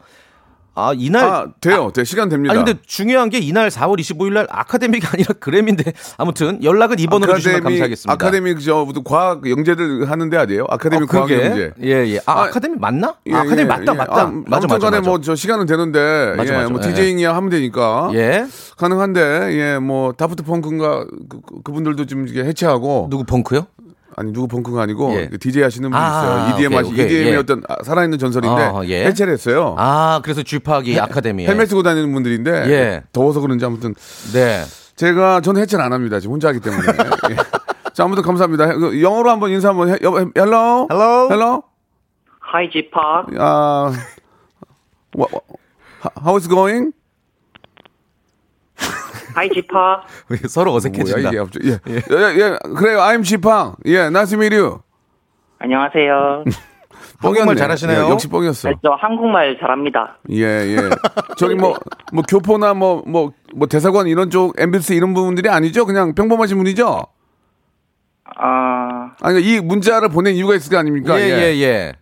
Speaker 9: 아 이날
Speaker 3: 아, 돼요. 돼. 시간 됩니다.
Speaker 9: 아니 근데 중요한 게 이날 4월 25일 날 아카데미가 아니라 그래미인데 아무튼 연락은 2번으로 주시면 감사하겠습니다.
Speaker 3: 아카데미 그저 무슨 과학 영재들 하는 데 아니에요? 아카데미
Speaker 9: 어,
Speaker 3: 과학
Speaker 9: 그게
Speaker 3: 영재.
Speaker 9: 예예. 아,
Speaker 3: 아,
Speaker 9: 아카데미 맞나?
Speaker 3: 예,
Speaker 9: 아, 아카데미
Speaker 3: 예,
Speaker 9: 맞다
Speaker 3: 예.
Speaker 9: 맞다.
Speaker 3: 아,
Speaker 9: 맞아
Speaker 3: 아무튼
Speaker 9: 맞아
Speaker 3: 간에
Speaker 9: 맞아.
Speaker 3: 뭐 저 시간은 되는데
Speaker 9: 맞아,
Speaker 3: 예,
Speaker 9: 맞아.
Speaker 3: 뭐
Speaker 9: 예.
Speaker 3: 디제잉이야 하면 되니까
Speaker 9: 예.
Speaker 3: 가능한데 예뭐 다프트 펑크인가 그, 분들도 지금 이게 해체하고
Speaker 9: 누구 펑크요?
Speaker 3: 아니 누구 펑크가 아니고 그
Speaker 9: 예.
Speaker 3: DJ 하시는 분
Speaker 9: 아,
Speaker 3: 있어요. EDM
Speaker 9: 오케이,
Speaker 3: 하시
Speaker 9: 오케이,
Speaker 3: EDM의
Speaker 9: 예.
Speaker 3: 어떤 아, 살아있는 전설인데
Speaker 9: 어, 예.
Speaker 3: 해체를 했어요.
Speaker 9: 아 그래서 쥐파기 아카데미.
Speaker 3: 헬멧 쓰고 다니는 분들인데
Speaker 9: 예.
Speaker 3: 더워서 그런지 아무튼
Speaker 9: 네.
Speaker 3: 제가 저는 해체를 안 합니다. 지금 혼자 하기 때문에. 예. 자, 아무튼 감사합니다. 그 영어로 한번 인사 한번 해. 여, hello.
Speaker 9: Hello.
Speaker 3: Hello.
Speaker 5: 하이 지팍.
Speaker 3: 아. 와, 와, how is going?
Speaker 5: 하이 지팍.
Speaker 9: 왜 서로
Speaker 3: 뭐야
Speaker 9: 어색해진다.
Speaker 3: 이게 갑자기. 예. 예. 예, 그래요. I'm 지팡. 예, nice to meet you.
Speaker 5: 안녕하세요.
Speaker 9: 한국말
Speaker 3: 뻥이었네.
Speaker 9: 잘하시네요.
Speaker 3: 예, 역시 뻥이었어.
Speaker 5: 저 한국말 잘합니다.
Speaker 3: 예, 예. 저기 뭐, 뭐 교포나 뭐 뭐 뭐 대사관 이런 쪽 MBC 이런 분들이 아니죠? 그냥 평범하신 분이죠?
Speaker 5: 아,
Speaker 3: 아니 이 문자를 보낸 이유가 있을 거 아닙니까?
Speaker 9: 예예 예.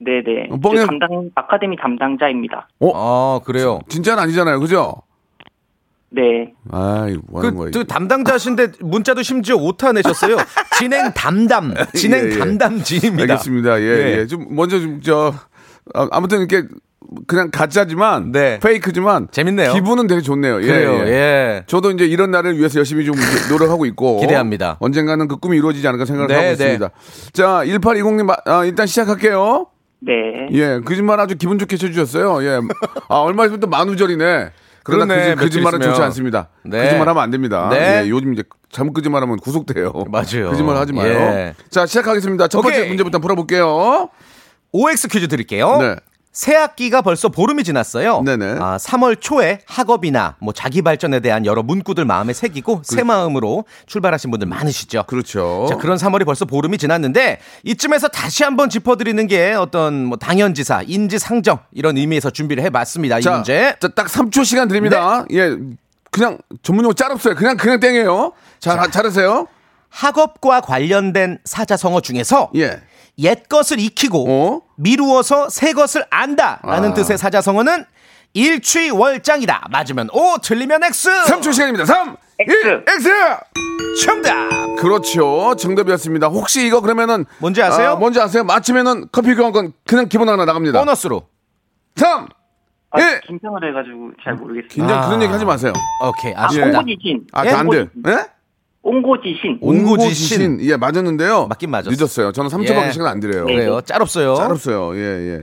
Speaker 5: 네네.
Speaker 3: 어, 뻥이야.
Speaker 5: 저 담당 아카데미 담당자입니다.
Speaker 3: 어?
Speaker 9: 아 그래요.
Speaker 3: 진짜는 아니잖아요. 그죠?
Speaker 5: 네.
Speaker 3: 아이, 뭐 하는 거예요?
Speaker 9: 그, 그 담당자신데 문자도 심지어 오타 내셨어요. 진행 담담, 진행
Speaker 3: 예, 예.
Speaker 9: 담담진입니다.
Speaker 3: 알겠습니다. 예,
Speaker 9: 예.
Speaker 3: 예. 좀 먼저 좀 저 아, 아무튼 이렇게 그냥 가짜지만 페이크지만 네. 재밌네요. 기분은 되게 좋네요. 예,
Speaker 9: 그래요,
Speaker 3: 저도 이제 이런 날을 위해서 열심히 좀 노력하고 있고 기대합니다. 언젠가는 그 꿈이 이루어지지 않을까 생각을
Speaker 9: 네,
Speaker 3: 하고
Speaker 9: 네.
Speaker 3: 있습니다. 자, 1820님 아, 일단 시작할게요.
Speaker 5: 네.
Speaker 3: 예, 거짓말 아주 기분 좋게 쳐주셨어요. 예. 아, 얼마 있으면 또 만우절이네. 그러나
Speaker 9: 그러네,
Speaker 3: 거짓- 거짓말은
Speaker 9: 며칠 있으면.
Speaker 3: 좋지 않습니다.
Speaker 9: 네.
Speaker 3: 거짓말 하면 안 됩니다.
Speaker 9: 네.
Speaker 3: 예, 요즘 이제 잘못 거짓말하면 구속돼요.
Speaker 9: 맞아요.
Speaker 3: 거짓말 하지 마요.
Speaker 9: 예.
Speaker 3: 자, 시작하겠습니다. 첫 번째
Speaker 9: 오케이.
Speaker 3: 문제부터 풀어볼게요.
Speaker 9: OX 퀴즈 드릴게요.
Speaker 3: 네.
Speaker 9: 새 학기가 벌써 보름이 지났어요. 아, 3월 초에 학업이나 뭐 자기 발전에 대한 여러 문구들 마음에 새기고 새 마음으로 출발하신 분들 많으시죠.
Speaker 3: 그렇죠.
Speaker 9: 자, 그런 3월이 벌써 보름이 지났는데 이쯤에서 다시 한번 짚어드리는 게 어떤 뭐 당연지사, 인지상정 이런 의미에서 준비를 해봤습니다. 이
Speaker 3: 자,
Speaker 9: 문제. 네.
Speaker 3: 자, 딱 3초 시간 드립니다. 예. 그냥 전문용어 짤 없어요. 그냥 그냥 땡이에요. 잘 잘하세요.
Speaker 9: 학업과 관련된 사자성어 중에서
Speaker 3: 예.
Speaker 9: 옛 것을 익히고 미루어서 새 것을 안다라는
Speaker 3: 아.
Speaker 9: 뜻의 사자성어는 일취월장이다. 맞으면 O, 틀리면 X.
Speaker 3: 3초 시간입니다. 3, X. 1, X.
Speaker 9: 정답.
Speaker 3: 그렇죠. 정답이었습니다. 혹시 이거 그러면은 뭔지
Speaker 9: 아세요?
Speaker 3: 뭔지 아세요? 맞히면은 커피 교환권 그냥 기본 하나 나갑니다.
Speaker 9: 보너스로.
Speaker 3: 3.
Speaker 5: 아,
Speaker 3: 예.
Speaker 5: 긴장을 해가지고 잘 모르겠어요.
Speaker 9: 아.
Speaker 3: 긴장 그런 얘기 하지 마세요.
Speaker 9: 오케이.
Speaker 5: 아, 옹고지신.
Speaker 3: 아,
Speaker 5: 예?
Speaker 3: 안 돼.
Speaker 9: 뭐,
Speaker 3: 예?
Speaker 5: 옹고지신.
Speaker 3: 옹고지신. 예, 맞았는데요. 맞긴 맞았어요. 늦었어요. 저는 3초밖에
Speaker 9: 예.
Speaker 3: 시간 안 드려요.
Speaker 9: 그래요. 짤 없어요.
Speaker 3: 짤 없어요. 예, 예.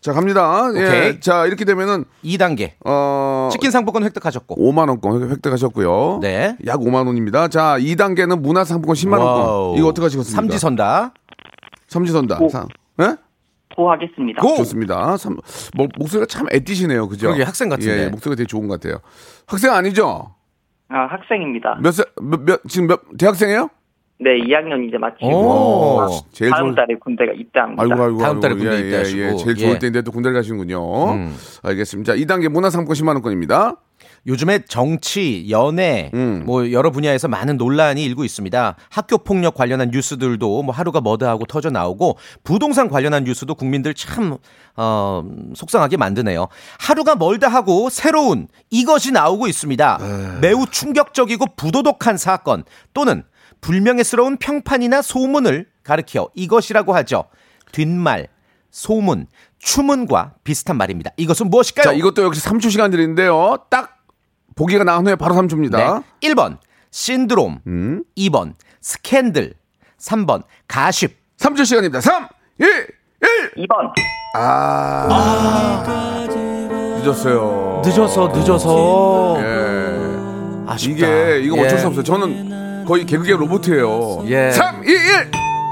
Speaker 3: 자, 갑니다. 예.
Speaker 9: 오케이.
Speaker 3: 자, 이렇게 되면은
Speaker 9: 2단계.
Speaker 3: 어
Speaker 9: 치킨 상품권 획득하셨고.
Speaker 3: 5만 원권 획득하셨고요. 네. 약 5만 원입니다. 자, 2단계는 문화 상품권 10만 원권.
Speaker 9: 와우.
Speaker 3: 이거 어떻게 하시겠습니까?
Speaker 9: 삼지선다.
Speaker 3: 삼지선다.
Speaker 9: 고.
Speaker 3: 상. 예?
Speaker 5: 고하겠습니다.
Speaker 3: 좋습니다. 삼, 목, 목소리가 참 애띠시네요. 그죠?
Speaker 9: 그러게, 학생 같은데.
Speaker 3: 예, 목소리가 되게 좋은 것 같아요. 학생 아니죠?
Speaker 5: 아, 학생입니다.
Speaker 3: 몇 살, 몇, 몇- 지금 몇, 대학생이에요?
Speaker 5: 네, 2학년 이제 마치고
Speaker 3: 오.
Speaker 5: 아,
Speaker 3: 제일
Speaker 5: 다음
Speaker 3: 좋은-
Speaker 5: 달에 군대가 입대합니다.
Speaker 3: 아이고, 아이고,
Speaker 9: 다음
Speaker 3: 아이고.
Speaker 9: 달에 군대 입대하시고.
Speaker 3: 예, 예. 제일 좋을
Speaker 9: 예. 음.
Speaker 3: 때인데 또 군대를 가시는군요. 알겠습니다. 2단계 문화상품권 10만원권입니다.
Speaker 9: 요즘에 정치, 연애,
Speaker 3: 음.
Speaker 9: 뭐 여러 분야에서 많은 논란이 일고 있습니다. 학교 폭력 관련한 뉴스들도 뭐 하루가 머드하고 터져 나오고 부동산 관련한 뉴스도 국민들 참 어, 속상하게 만드네요. 하루가 멀다 하고 새로운 이것이 나오고 있습니다.
Speaker 3: 네.
Speaker 9: 매우 충격적이고 부도덕한 사건 또는 불명예스러운 평판이나 소문을 가리켜 이것이라고 하죠. 뒷말, 소문, 추문과 비슷한 말입니다. 이것은 무엇일까요?
Speaker 3: 자, 이것도 역시 3초 시간 드리는데요. 딱 보기가 나온 음? 후에 바로 3초입니다.
Speaker 9: 네. 1번 신드롬, 2번 스캔들, 3번 가십.
Speaker 3: 3초 시간입니다. 3, 1, 1.
Speaker 5: 2번.
Speaker 3: 아.
Speaker 9: 아.
Speaker 3: 늦었어요.
Speaker 9: 늦어서 늦어서.
Speaker 3: 예. 이게, 이거 어쩔
Speaker 9: 예.
Speaker 3: 수 없어요. 저는 거의 개그계 로봇이에요.
Speaker 9: 예.
Speaker 3: 3, 2, 1.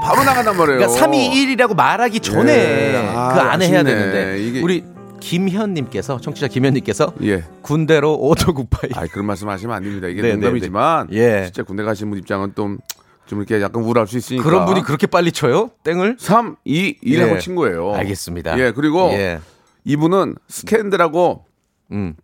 Speaker 3: 바로 나간단 말이에요.
Speaker 9: 그러니까 3, 2, 1이라고 말하기 전에
Speaker 3: 예. 아,
Speaker 9: 그 안에 해야
Speaker 3: 아쉽네.
Speaker 9: 되는데
Speaker 3: 이게-
Speaker 9: 우리 김현님께서 청취자 김현님께서
Speaker 3: 예.
Speaker 9: 군대로 5도98.
Speaker 3: 아 그런 말씀하시면 안 됩니다. 이게
Speaker 9: 네,
Speaker 3: 농담이지만
Speaker 9: 네, 네. 예.
Speaker 3: 진짜 군대 가신 분 입장은 좀, 좀 이렇게 약간 우울할 수 있으니까.
Speaker 9: 그런 분이 그렇게 빨리 쳐요? 땡을?
Speaker 3: 3, 2, 1하고
Speaker 9: 예.
Speaker 3: 친 거예요.
Speaker 9: 알겠습니다.
Speaker 3: 예, 그리고
Speaker 9: 예. 음.
Speaker 3: 이분은 스캔들하고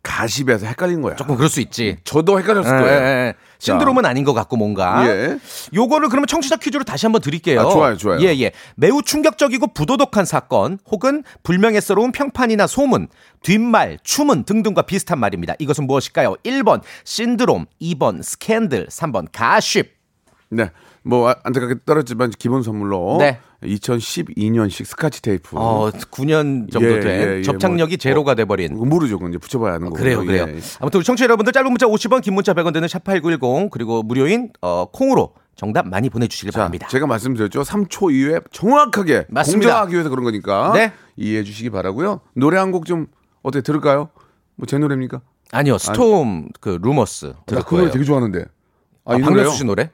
Speaker 3: 가십에서 헷갈린 거야.
Speaker 9: 조금 그럴 수 있지.
Speaker 3: 저도 헷갈렸을
Speaker 9: 예,
Speaker 3: 거예요.
Speaker 9: 예, 예. 신드롬은 아닌 것 같고 뭔가.
Speaker 3: 예.
Speaker 9: 요거를 그러면 청취자 퀴즈로 다시 한번 드릴게요.
Speaker 3: 아, 좋아요, 좋아요.
Speaker 9: 예, 예. 매우 충격적이고 부도덕한 사건 혹은 불명예스러운 평판이나 소문, 뒷말, 추문 등등과 비슷한 말입니다. 이것은 무엇일까요? 1번 신드롬, 2번 스캔들, 3번 가십.
Speaker 3: 네. 뭐 아- 안타깝게 떨어지만 기본 선물로
Speaker 9: 네.
Speaker 3: 2012년식 스카치 테이프.
Speaker 9: 어, 9년 정도
Speaker 3: 음. 예,
Speaker 9: 된
Speaker 3: 예, 예,
Speaker 9: 접착력이 제로가 돼버린.
Speaker 3: 모르죠. 그건 이제 붙여봐야 하는 예. 거고.
Speaker 9: 그래요, 그래요. 아무튼 우리 청취자 여러분들 짧은 문자 50원, 긴 문자 100원 되는 샵8910 그리고 무료인 어, 콩으로 정답 많이 보내주시길 바랍니다.
Speaker 3: 제가 말씀드렸죠. 3초 이후에 정확하게
Speaker 9: 맞습니다.
Speaker 3: 공정하기 위해서 그런 거니까
Speaker 9: 네.
Speaker 3: 이해해 주시기 바라고요. 노래 한 곡 좀 어떻게 들을까요? 뭐 제 노래입니까?
Speaker 9: 아니요, 스톰 그 루머스 들을
Speaker 3: 아, 나그 노래
Speaker 9: 거예요.
Speaker 3: 되게 좋아하는데.
Speaker 9: 아,
Speaker 3: 이
Speaker 9: 박명수
Speaker 3: 노래요?
Speaker 9: 씨 노래?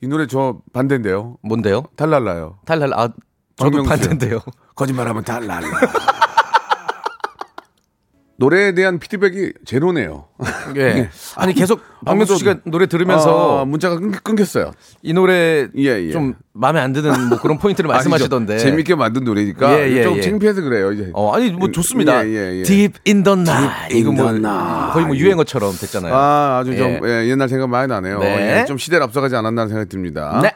Speaker 3: 이 노래 저 반대인데요.
Speaker 9: 뭔데요?
Speaker 3: 달랄라요.
Speaker 9: 탈랄 아 저도
Speaker 3: 박명수요.
Speaker 9: 반대인데요.
Speaker 3: 거짓말하면 달랄라. 노래에 대한 피드백이 제로네요.
Speaker 9: 예. 아니 계속 박명수
Speaker 3: 아무도-
Speaker 9: 씨가 노래 들으면서
Speaker 3: 아, 문자가 끊, 끊겼어요.
Speaker 9: 이 노래
Speaker 3: 예, 예.
Speaker 9: 좀 마음에 안 드는 뭐 그런 포인트를 말씀하시던데.
Speaker 3: 아니죠. 재밌게 만든 노래니까
Speaker 9: 예, 예,
Speaker 3: 좀
Speaker 9: 예.
Speaker 3: 창피해서 그래요. 이제.
Speaker 9: 어, 아니 뭐 좋습니다.
Speaker 3: 예, 예, 예.
Speaker 9: Deep in the night.
Speaker 3: Deep
Speaker 9: 이거
Speaker 3: in
Speaker 9: 뭐
Speaker 3: the night.
Speaker 9: 거의 뭐 유행어처럼 됐잖아요.
Speaker 3: 아, 아주
Speaker 9: 예.
Speaker 3: 좀 예, 옛날 생각 많이 나네요.
Speaker 9: 네.
Speaker 3: 예, 좀 시대를 앞서가지 않았나는 생각이 듭니다.
Speaker 9: 네.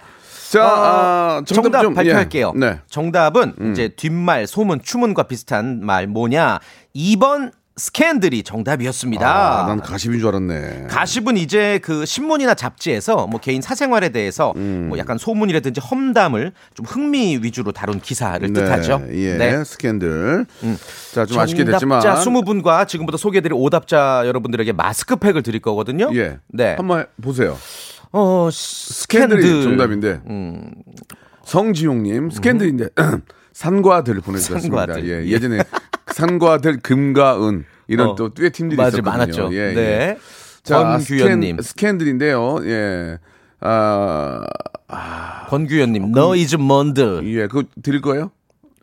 Speaker 3: 자,
Speaker 9: 어,
Speaker 3: 아, 정답,
Speaker 9: 정답
Speaker 3: 좀,
Speaker 9: 발표할게요.
Speaker 3: 예. 네.
Speaker 9: 정답은 이제 뒷말, 소문, 추문과 비슷한 말 뭐냐? 2번 스캔들이 정답이었습니다.
Speaker 3: 아, 난 가십인 줄 알았네.
Speaker 9: 가십은 이제 그 신문이나 잡지에서 뭐 개인 사생활에 대해서
Speaker 3: 음.
Speaker 9: 뭐 약간 소문이라든지 험담을 좀 흥미 위주로 다룬 기사를 뜻하죠. 네. 음.
Speaker 3: 예, 스캔들. 자, 좀 아쉽게 됐지만.
Speaker 9: 정답자 20분과 지금부터 소개해드릴 오답자 여러분들에게 마스크팩을 드릴 거거든요.
Speaker 3: 예.
Speaker 9: 네.
Speaker 3: 한번 보세요.
Speaker 9: 어,
Speaker 3: 스캔들이
Speaker 9: 스캔들. 음.
Speaker 3: 정답인데. 성지용님 스캔들인데 산과들 보내주셨습니다.
Speaker 9: 산과들.
Speaker 3: 예, 예전에 산과들 금과 은 이런
Speaker 9: 어.
Speaker 3: 또 듀엣 팀들이
Speaker 9: 맞아,
Speaker 3: 있었거든요.
Speaker 9: 많았죠.
Speaker 3: 예,
Speaker 9: 네.
Speaker 3: 예. 자,
Speaker 9: 권규현님.
Speaker 3: 스캔, 스캔들인데요. 예. 아, 어,
Speaker 9: 권규현님, 너 이즈 먼드.
Speaker 3: 예, 그거 드릴 거예요?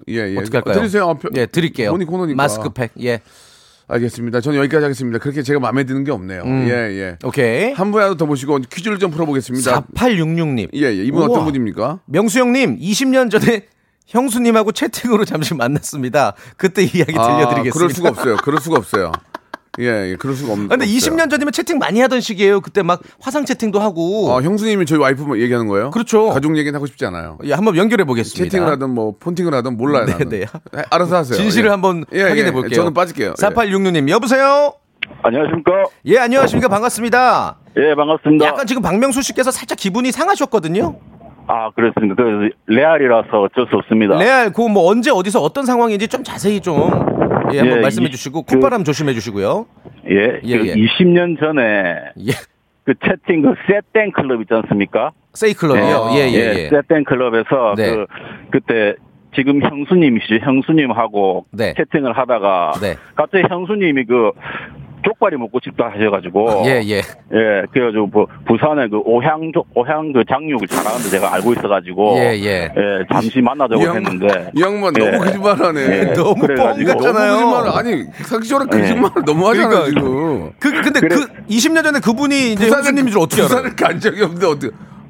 Speaker 3: 예, 예.
Speaker 9: 어떻게 할까요?
Speaker 3: 드리세요. 어, 표-
Speaker 9: 예, 드릴게요.
Speaker 3: 본인 코너니까.
Speaker 9: 마스크팩. 예.
Speaker 3: 알겠습니다. 저는 여기까지 하겠습니다. 그렇게 제가 마음에 드는 게 없네요.
Speaker 9: 음.
Speaker 3: 예, 예.
Speaker 9: 오케이.
Speaker 3: 한 분이라도 더 보시고 퀴즈를 좀 풀어보겠습니다.
Speaker 9: 4866님.
Speaker 3: 예, 예. 이분
Speaker 9: 우와.
Speaker 3: 어떤 분입니까?
Speaker 9: 명수 형님, 20년 전에 형수님하고 채팅으로 잠시 만났습니다. 그때 이야기 들려드리겠습니다.
Speaker 3: 아, 그럴 수가 없어요. 그럴 수가 없어요. 예, 예 그럴 수가 없는.
Speaker 9: 아, 근데 20년 전이면 채팅 많이 하던 시기예요. 그때 막 화상 채팅도 하고.
Speaker 3: 아, 형수님이 저희 와이프 얘기하는 거예요?
Speaker 9: 그렇죠.
Speaker 3: 가족 얘기는 하고 싶지 않아요.
Speaker 9: 예, 한번 연결해 보겠습니다.
Speaker 3: 채팅을 하든 뭐 폰팅을 하든 몰라요.
Speaker 9: 네,
Speaker 3: 나는.
Speaker 9: 네.
Speaker 3: 네, 알아서 하세요.
Speaker 9: 진실을
Speaker 3: 예.
Speaker 9: 한번
Speaker 3: 예,
Speaker 9: 확인해
Speaker 3: 예.
Speaker 9: 볼게요.
Speaker 3: 저는 빠질게요.
Speaker 9: 4866님, 여보세요?
Speaker 11: 안녕하십니까?
Speaker 9: 예, 안녕하십니까? 반갑습니다.
Speaker 11: 예, 반갑습니다.
Speaker 9: 약간 지금 박명수 씨께서 살짝 기분이 상하셨거든요.
Speaker 11: 아, 그렇습니다. 그 레알이라서 어쩔 수 없습니다.
Speaker 9: 레알 그 뭐 언제 어디서 어떤 상황인지 좀 자세히 좀 예, 한번
Speaker 11: 예,
Speaker 9: 말씀해
Speaker 11: 이-
Speaker 9: 주시고 콧바람 조심해 주시고요.
Speaker 11: 예,
Speaker 9: 예,
Speaker 11: 그
Speaker 9: 예.
Speaker 11: 20년 전에 그 채팅 그 세땡 클럽 있지 않습니까?
Speaker 9: 세이 클럽이요.
Speaker 11: 어.
Speaker 9: 예, 예, 예.
Speaker 11: 세땡 클럽에서
Speaker 9: 네.
Speaker 11: 그 그때 지금 형수님이시죠. 형수님하고
Speaker 9: 네.
Speaker 11: 채팅을 하다가
Speaker 9: 네.
Speaker 11: 갑자기 형수님이 그 족발이 먹고 싶다
Speaker 3: 아,
Speaker 11: 하셔가지고
Speaker 9: 예, 예.
Speaker 11: 예, 그래가지고 뭐 부산에 그 오향 조- 오향 그 장육을 잘하는데 제가 알고 있어가지고
Speaker 9: 예, 예.
Speaker 11: 잠시 만나자고 했는데
Speaker 3: 이 양반 너무 거짓말하네. 예. 너무
Speaker 11: 그래가지고-
Speaker 3: 뻥 같잖아요. 너무 거짓말, 아니, 상식적으로 거짓말을 너무 하잖아요, 지금.
Speaker 9: 그 근데 그 20년 전에 그분이 이제
Speaker 3: 부산을-
Speaker 9: 형수님인 줄 어떻게 알아요?
Speaker 3: 부산을 간 적이 없는데 어떻게?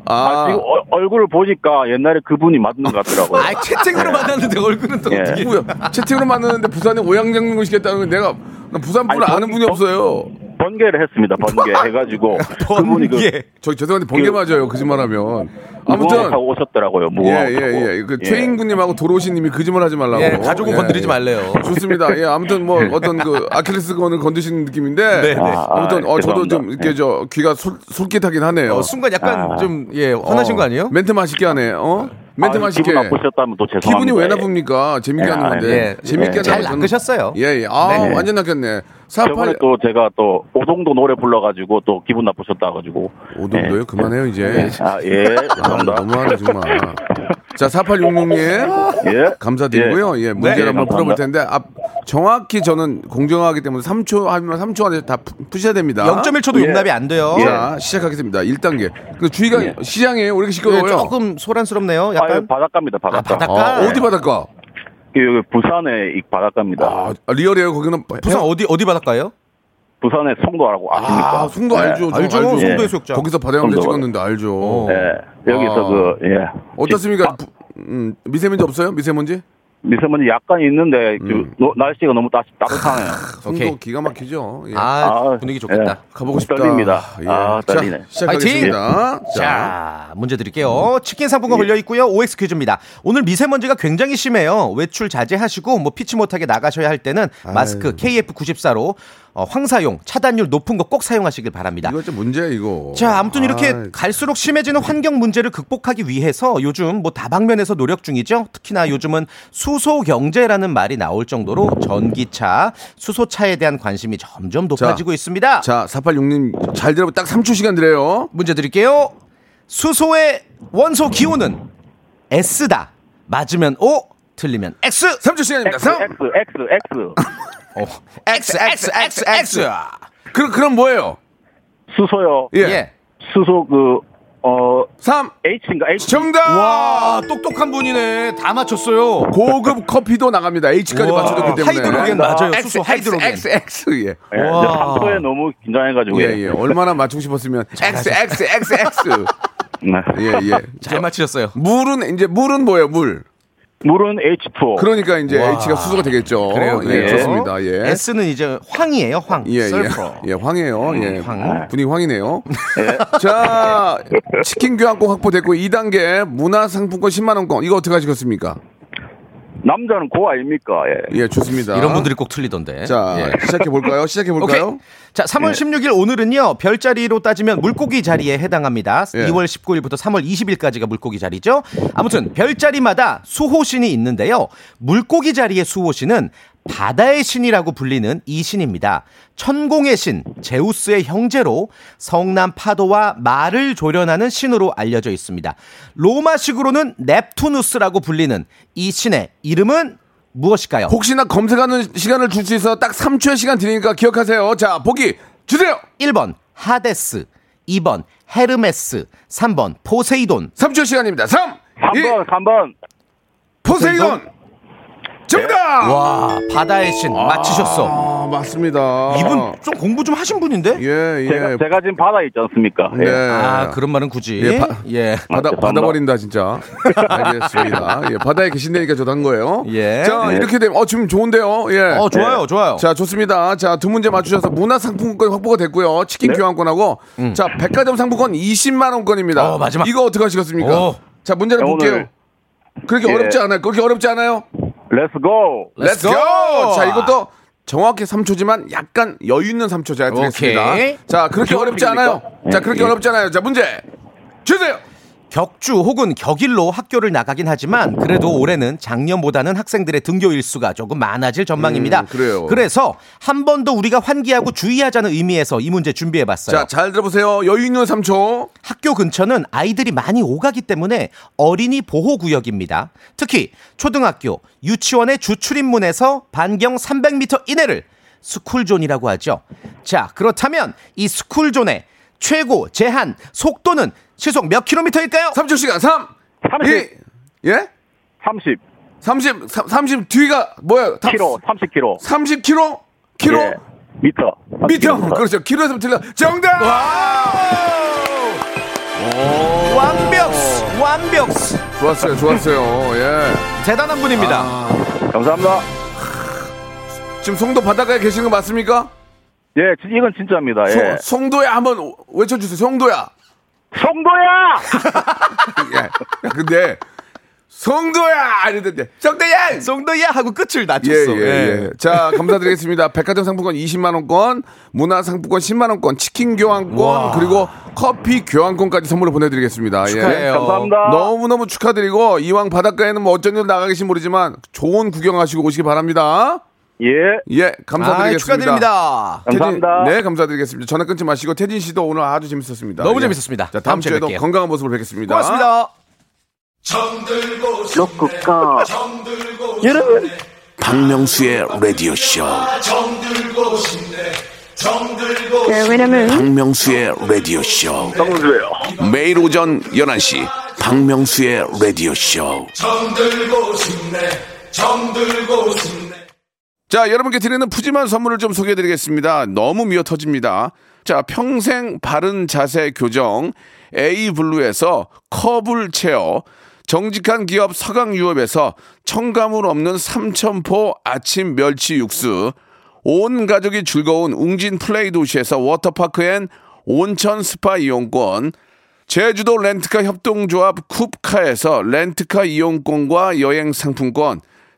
Speaker 3: 아,
Speaker 11: 지금 어- 얼굴을 보니까 옛날에 그분이 맞는 것 같더라고요.
Speaker 9: 아, 채팅으로 만났는데 얼굴은 또
Speaker 11: 예.
Speaker 9: 어떻게
Speaker 3: 누구야? 채팅으로 만났는데 부산에 오양장면을 시켰다는 건 내가 나 부산 분을
Speaker 11: 아니,
Speaker 3: 아는 분이 없어요.
Speaker 11: 번개를 했습니다. 번개
Speaker 3: 아.
Speaker 11: 해가지고 그분이 그
Speaker 3: 저 죄송한데 번개
Speaker 11: 그-
Speaker 3: 맞아요. 거짓말하면. 아무튼
Speaker 11: 무궁화하고 오셨더라고요. 무궁화.
Speaker 3: 예예예. 그
Speaker 11: 예.
Speaker 3: 최인구님하고 도로시님이 거짓말 하지 말라고.
Speaker 9: 예, 가족은 건드리지 말래요.
Speaker 3: 좋습니다. 예, 아무튼 뭐 어떤 그 아킬레스건을 건드시는 느낌인데.
Speaker 9: 네, 네.
Speaker 3: 아무튼
Speaker 11: 아,
Speaker 3: 어
Speaker 11: 아,
Speaker 3: 저도 좀
Speaker 11: 죄송합니다.
Speaker 3: 이렇게 저 귀가 솔, 솔깃하긴 하네요.
Speaker 9: 어, 순간 약간 좀 예, 화나신
Speaker 3: 어,
Speaker 9: 거 아니에요?
Speaker 3: 멘트 맛있게 하네. 어? 멘트
Speaker 11: 아,
Speaker 3: 맛있게.
Speaker 11: 기분 나쁘셨다면 또 죄송합니다.
Speaker 3: 기분이 왜
Speaker 11: 예.
Speaker 3: 나쁩니까? 재밌게
Speaker 11: 예,
Speaker 3: 하는
Speaker 11: 아,
Speaker 3: 건데.
Speaker 9: 예.
Speaker 3: 재밌게
Speaker 9: 예. 잘
Speaker 3: 하자면 저는-
Speaker 9: 낚으셨어요.
Speaker 3: 예, 예. 아,
Speaker 9: 네.
Speaker 3: 완전 낚였네. 48
Speaker 11: 저번에 또 제가 또 오동도 노래 불러가지고 또 기분 나쁘셨다가지고
Speaker 3: 오동도요? 그만해요, 이제.
Speaker 11: 아, 예.
Speaker 3: 아,
Speaker 11: 네. 죄송합니다.
Speaker 3: 너무하네 정말. 자, 4866님.
Speaker 11: 예.
Speaker 3: 감사드리고요. 예, 문제를
Speaker 11: 네,
Speaker 3: 한번
Speaker 11: 감사합니다.
Speaker 3: 풀어볼 텐데 앞 정확히 저는 공정하기 때문에 3초 하면 3초 안에 다 푸- 푸셔야 됩니다.
Speaker 9: 0.1초도
Speaker 11: 예.
Speaker 9: 용납이 안 돼요.
Speaker 3: 자, 시작하겠습니다. 1단계. 그 주의가
Speaker 11: 예.
Speaker 3: 시장이에요. 왜 이렇게 시끄러워요?
Speaker 11: 네,
Speaker 9: 예, 조금 소란스럽네요.
Speaker 11: 아,
Speaker 9: 약간
Speaker 11: 여기 바닷가입니다. 바닷가.
Speaker 9: 아, 바닷가.
Speaker 3: 아, 어디 바닷가?
Speaker 11: 그 여기 부산의 이 바닷가입니다.
Speaker 3: 아, 리얼이에요. 거기는
Speaker 9: 부산
Speaker 11: 네,
Speaker 3: 해-
Speaker 9: 어디 어디 바닷가요?
Speaker 11: 부산의 송도라고 아십니까?
Speaker 3: 아, 송도
Speaker 11: 예.
Speaker 3: 알죠. 저
Speaker 9: 알죠.
Speaker 3: 알죠.
Speaker 9: 송도
Speaker 11: 예.
Speaker 9: 해수욕장.
Speaker 3: 거기서 바다 영상
Speaker 11: 송도
Speaker 3: 찍었는데 알죠.
Speaker 9: 어.
Speaker 11: 예. 여기서
Speaker 3: 아.
Speaker 11: 그 예.
Speaker 3: 어떻습니까? 부- 음, 미세먼지 없어요? 미세먼지?
Speaker 11: 미세먼지 약간 있는데 그
Speaker 3: 음.
Speaker 11: 노- 날씨가 너무 따, 따뜻하네요.
Speaker 3: 송도
Speaker 9: 오케이.
Speaker 3: 기가 막히죠. 예.
Speaker 9: 아, 분위기 좋겠다.
Speaker 11: 예.
Speaker 3: 가보고 싶다.
Speaker 11: 떨립니다.
Speaker 3: 예.
Speaker 11: 아, 떨리네.
Speaker 3: 자, 시작하겠습니다. 자, 예.
Speaker 9: 자, 문제 드릴게요. 치킨 상품권 걸려 있고요. OX 퀴즈입니다. 오늘 미세먼지가 굉장히 심해요. 외출 자제하시고 뭐 피치 못하게 나가셔야 할 때는 마스크 KF94로 어, 황사용 차단율 높은 거 꼭 사용하시길 바랍니다.
Speaker 3: 이거 좀 문제야 이거.
Speaker 9: 자, 아무튼 이렇게
Speaker 3: 아이,
Speaker 9: 갈수록 심해지는 환경 문제를 극복하기 위해서 요즘 뭐 다방면에서 노력 중이죠.
Speaker 3: 음.
Speaker 9: 특히나 요즘은 수소 경제라는 말이 나올 정도로 전기차, 수소차에 대한 관심이 점점 높아지고 있습니다.
Speaker 3: 자, 486님 잘 들어보 딱 3초 시간 드려요.
Speaker 9: 문제 드릴게요. 수소의 원소 기호는 S다. 맞으면 O, 틀리면 X.
Speaker 3: 3초 시간입니다.
Speaker 11: X,
Speaker 3: 3.
Speaker 11: X, X, X.
Speaker 9: 어, X, X, X, X.
Speaker 3: 그럼 그럼 뭐예요?
Speaker 11: 수소요.
Speaker 3: 예.
Speaker 9: 예.
Speaker 11: 수소 그, 어,
Speaker 3: 3.
Speaker 11: H인가? H.
Speaker 3: 정답.
Speaker 9: 와, 똑똑한 분이네. 다 맞췄어요.
Speaker 3: 고급 커피도 나갑니다. H까지
Speaker 9: 우와.
Speaker 3: 맞춰줬기 때문에.
Speaker 9: 하이드로겐 맞아요.
Speaker 3: X,
Speaker 9: 수소
Speaker 3: X,
Speaker 9: 하이드로겐.
Speaker 3: X, X, 예.
Speaker 11: 예,
Speaker 9: 와.
Speaker 11: 근데 상도에 너무 긴장해가지고.
Speaker 3: 예, 예. 얼마나 맞추고 싶었으면. X, X, X, X.
Speaker 11: 네.
Speaker 3: 예, 예.
Speaker 9: 잘 맞히셨어요.
Speaker 3: 물은, 이제 물은 뭐예요, 물?
Speaker 11: 물은 H2O.
Speaker 3: 그러니까 이제 H가 수소가 되겠죠.
Speaker 9: 어. 그래요.
Speaker 3: 예,
Speaker 9: 그래요.
Speaker 3: 그렇습니다. 예.
Speaker 9: S는 이제 황이에요, 황.
Speaker 3: 예, 예.
Speaker 9: 셀프로.
Speaker 3: 예, 황해요. 예.
Speaker 9: 음, 황. 예.
Speaker 3: 분위기 황이네요. 자, 치킨 교환권 확보됐고 2단계 문화상품권 10만 원권 이거 어떻게 하시겠습니까?
Speaker 11: 남자는 고 아닙니까? 예.
Speaker 3: 예, 좋습니다.
Speaker 9: 이런 분들이 꼭 틀리던데.
Speaker 3: 자,
Speaker 9: 예.
Speaker 3: 시작해 볼까요? 시작해 볼까요? 예.
Speaker 9: 오케이. 자, 3월 16일 오늘은요. 별자리로 따지면 물고기 자리에 해당합니다.
Speaker 3: 예.
Speaker 9: 2월 19일부터 3월 20일까지가 물고기 자리죠. 아무튼 별자리마다 수호신이 있는데요. 물고기 자리의 수호신은 바다의 신이라고 불리는 이 신입니다. 천공의 신, 제우스의 형제로 성남 파도와 말을 조련하는 신으로 알려져 있습니다. 로마식으로는 넵투누스라고 불리는 이 신의 이름은 무엇일까요?
Speaker 3: 혹시나 검색하는 시간을 줄 수 있어 딱 3초의 시간 드리니까 기억하세요. 자, 보기 주세요.
Speaker 9: 1번 하데스, 2번 헤르메스, 3번 포세이돈.
Speaker 3: 3초 시간입니다. 3, 예.
Speaker 11: 3번, 3번.
Speaker 3: 포세이돈. 정답!
Speaker 9: 네. 와, 바다의 신 맞히셨어.
Speaker 3: 아, 맞습니다.
Speaker 9: 이분 좀 공부 좀 하신 분인데?
Speaker 3: 예, 예. 네.
Speaker 11: 제가, 제가 지금 바다 있지 않습니까? 예.
Speaker 9: 아, 그런 말은 굳이.
Speaker 3: 예,
Speaker 9: 예.
Speaker 3: 바- 받아, 받아버린다, 진짜. 알겠습니다. 예, 바다에 계신다니까 저도 한 거예요.
Speaker 9: 예.
Speaker 3: 자,
Speaker 9: 예.
Speaker 3: 이렇게 되면, 어, 지금 좋은데요? 예.
Speaker 9: 어, 좋아요, 좋아요.
Speaker 3: 자, 좋습니다. 자, 두 문제 맞추셔서 문화상품권 확보가 됐고요. 치킨
Speaker 9: 네.
Speaker 3: 교환권하고, 자, 백화점 상품권 20만원권입니다.
Speaker 9: 음. 어, 마지막.
Speaker 3: 이거 어떻게 하시겠습니까?
Speaker 9: 오.
Speaker 3: 자, 문제를
Speaker 11: 야,
Speaker 3: 볼게요.
Speaker 11: 오늘.
Speaker 3: 그렇게
Speaker 11: 예.
Speaker 3: 어렵지 않아요. 그렇게 어렵지 않아요?
Speaker 11: Let's go.
Speaker 3: Let's go! 자, 이것도 정확히 3초지만 약간 여유 있는 3초 제가 드리겠습니다.
Speaker 9: 오케이.
Speaker 3: 자, 그렇게
Speaker 9: 기본
Speaker 3: 어렵지
Speaker 9: 팁입니까?
Speaker 3: 않아요. 자, 그렇게
Speaker 9: 예.
Speaker 3: 어렵지 않아요. 자, 문제 주세요!
Speaker 9: 격주 혹은 격일로 학교를 나가긴 하지만 그래도 올해는 작년보다는 학생들의 등교 일수가 조금 많아질 전망입니다.
Speaker 3: 음, 그래요.
Speaker 9: 래서한 번 더 우리가 환기하고 주의하자는 의미에서 이 문제 준비해 봤어요.
Speaker 3: 자, 잘 들어보세요. 여유 있는 3초.
Speaker 9: 학교 근처는 아이들이 많이 오가기 때문에 어린이 보호 구역입니다. 특히 초등학교, 유치원의 주출입문에서 반경 300m 이내를 스쿨존이라고 하죠. 자, 그렇다면 이 스쿨존의 최고 제한 속도는 시속 몇 킬로미터일까요?
Speaker 3: 3초 시간 3
Speaker 11: 30.
Speaker 3: 이, 예?
Speaker 11: 30.
Speaker 3: 30 삼- 30 뒤가 뭐야? 다-
Speaker 11: 30kg. 30kg.
Speaker 3: 30 킬로? 킬로?
Speaker 11: 예. 미터. 30
Speaker 3: 미터.
Speaker 11: 미터.
Speaker 3: 그렇죠. 킬로에서 틀려. 정답!
Speaker 9: 완벽!
Speaker 3: 어.
Speaker 9: 완벽!
Speaker 3: 좋았어요. 좋았어요. 예.
Speaker 9: 대단한 분입니다.
Speaker 3: 아.
Speaker 11: 감사합니다.
Speaker 3: 지금 송도 바닷가에 계시는 거 맞습니까?
Speaker 11: 예, 진- 이건 진짜입니다. 예.
Speaker 3: 송, 송도야 한번 외쳐 주세요. 송도야.
Speaker 11: 송도야!
Speaker 3: 예. 야, 근데 송도야 아니던데. 송도야!
Speaker 9: 네, 예! 송도야 하고 끝을
Speaker 3: 예,
Speaker 9: 낮췄어.
Speaker 3: 예, 예. 자, 감사드리겠습니다. 백화점 상품권 20만원권, 문화상품권 10만원권, 치킨 교환권,
Speaker 9: 와.
Speaker 3: 그리고 커피 교환권까지 선물로 보내드리겠습니다. 예.
Speaker 9: 축하해요.
Speaker 11: 감사합니다.
Speaker 3: 너무너무 축하드리고, 이왕 바닷가에는 뭐 어쩐 일로 나가 계신 모르지만, 좋은 구경하시고 오시기 바랍니다.
Speaker 11: 예.
Speaker 3: 예,
Speaker 9: 아,
Speaker 3: 감사드리겠습니다.
Speaker 9: 축하드립니다.
Speaker 3: 태진-
Speaker 11: 감사합니다.
Speaker 3: 네, 감사드리겠습니다. 전화 끊지 마시고, 태진 씨도 오늘 아주 재밌었습니다.
Speaker 9: 너무
Speaker 3: 예.
Speaker 9: 재밌었습니다.
Speaker 3: 자, 다음,
Speaker 9: 다음 주에
Speaker 3: 주에도
Speaker 9: 뵐게요.
Speaker 3: 건강한 모습으로 뵙겠습니다.
Speaker 9: 고맙습니다.
Speaker 5: 로쿠꺼
Speaker 1: 여러분 박명수의 라디오 쇼
Speaker 7: 네, 왜냐면
Speaker 1: 박명수의 라디오 쇼 매일 오전 11시 박명수의 라디오 쇼
Speaker 3: 자, 여러분께 드리는 푸짐한 선물을 좀 소개해 드리겠습니다. 너무 미어 터집니다. 자, 평생 바른 자세 교정 A 블루에서 커블 체어 정직한 기업 서강유업에서 청가물 없는 삼천포 아침 멸치 육수 온 가족이 즐거운 웅진 플레이 도시에서 워터파크 앤 온천 스파 이용권 제주도 렌트카 협동조합 쿱카에서 렌트카 이용권과 여행 상품권,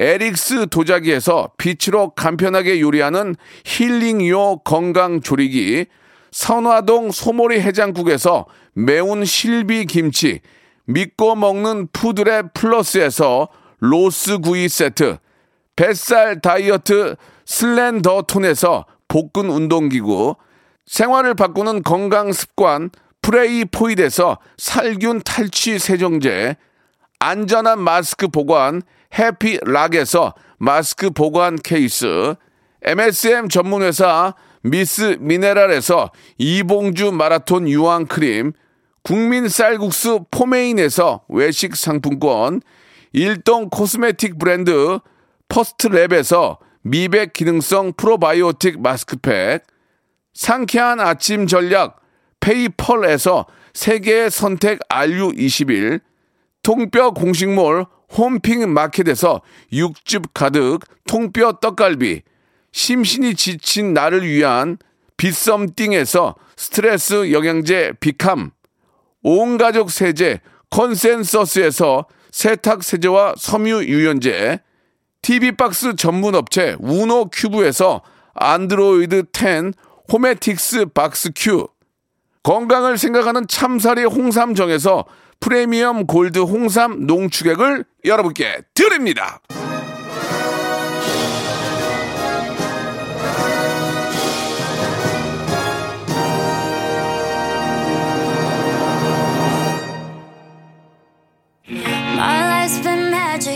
Speaker 3: 에릭스 도자기에서 빛으로 간편하게 요리하는 힐링요 건강조리기, 선화동 소모리 해장국에서 매운 실비 김치, 믿고 먹는 푸드랩 플러스에서 로스 구이 세트, 뱃살 다이어트 슬렌더 톤에서 복근 운동기구, 생활을 바꾸는 건강 습관 프레이 포이드에서 살균 탈취 세정제 안전한 마스크 보관 해피락에서 마스크 보관 케이스 MSM 전문회사 미스 미네랄에서 이봉주 마라톤 유황 크림 국민 쌀국수 포메인에서 외식 상품권 일동 코스메틱 브랜드 퍼스트랩에서 미백 기능성 프로바이오틱 마스크팩 상쾌한 아침 전략 페이펄에서 세계 선택 RU21 통뼈 공식몰 홈핑 마켓에서 육즙 가득 통뼈 떡갈비 심신이 지친 나를 위한 비썸띵에서 스트레스 영양제 비캄 온가족 세제 컨센서스에서 세탁 세제와 섬유 유연제 TV박스 전문 업체 우노 큐브에서 안드로이드 10 호메틱스 박스 큐 건강을 생각하는 참사리 홍삼정에서 프리미엄 골드 홍삼 농축액을 여러분께 드립니다.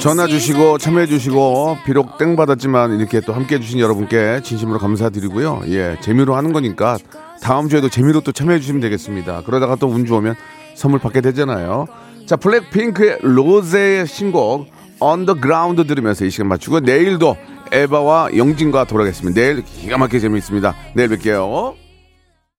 Speaker 7: 전화 주시고 참여해 주시고 비록 땡 받았지만 이렇게 또 함께 해 주신 여러분께 진심으로 감사드리고요. 예, 재미로 하는 거니까 다음 주에도 재미로 또 참여해 주시면 되겠습니다. 그러다가 또 운 좋으면 선물 받게 되잖아요. 자, 블랙핑크의 로제의 신곡 언더그라운드 들으면서 이 시간 마치고 내일도 에바와 영진과 돌아가겠습니다. 내일 기가 막히게 재미있습니다. 내일 뵐게요.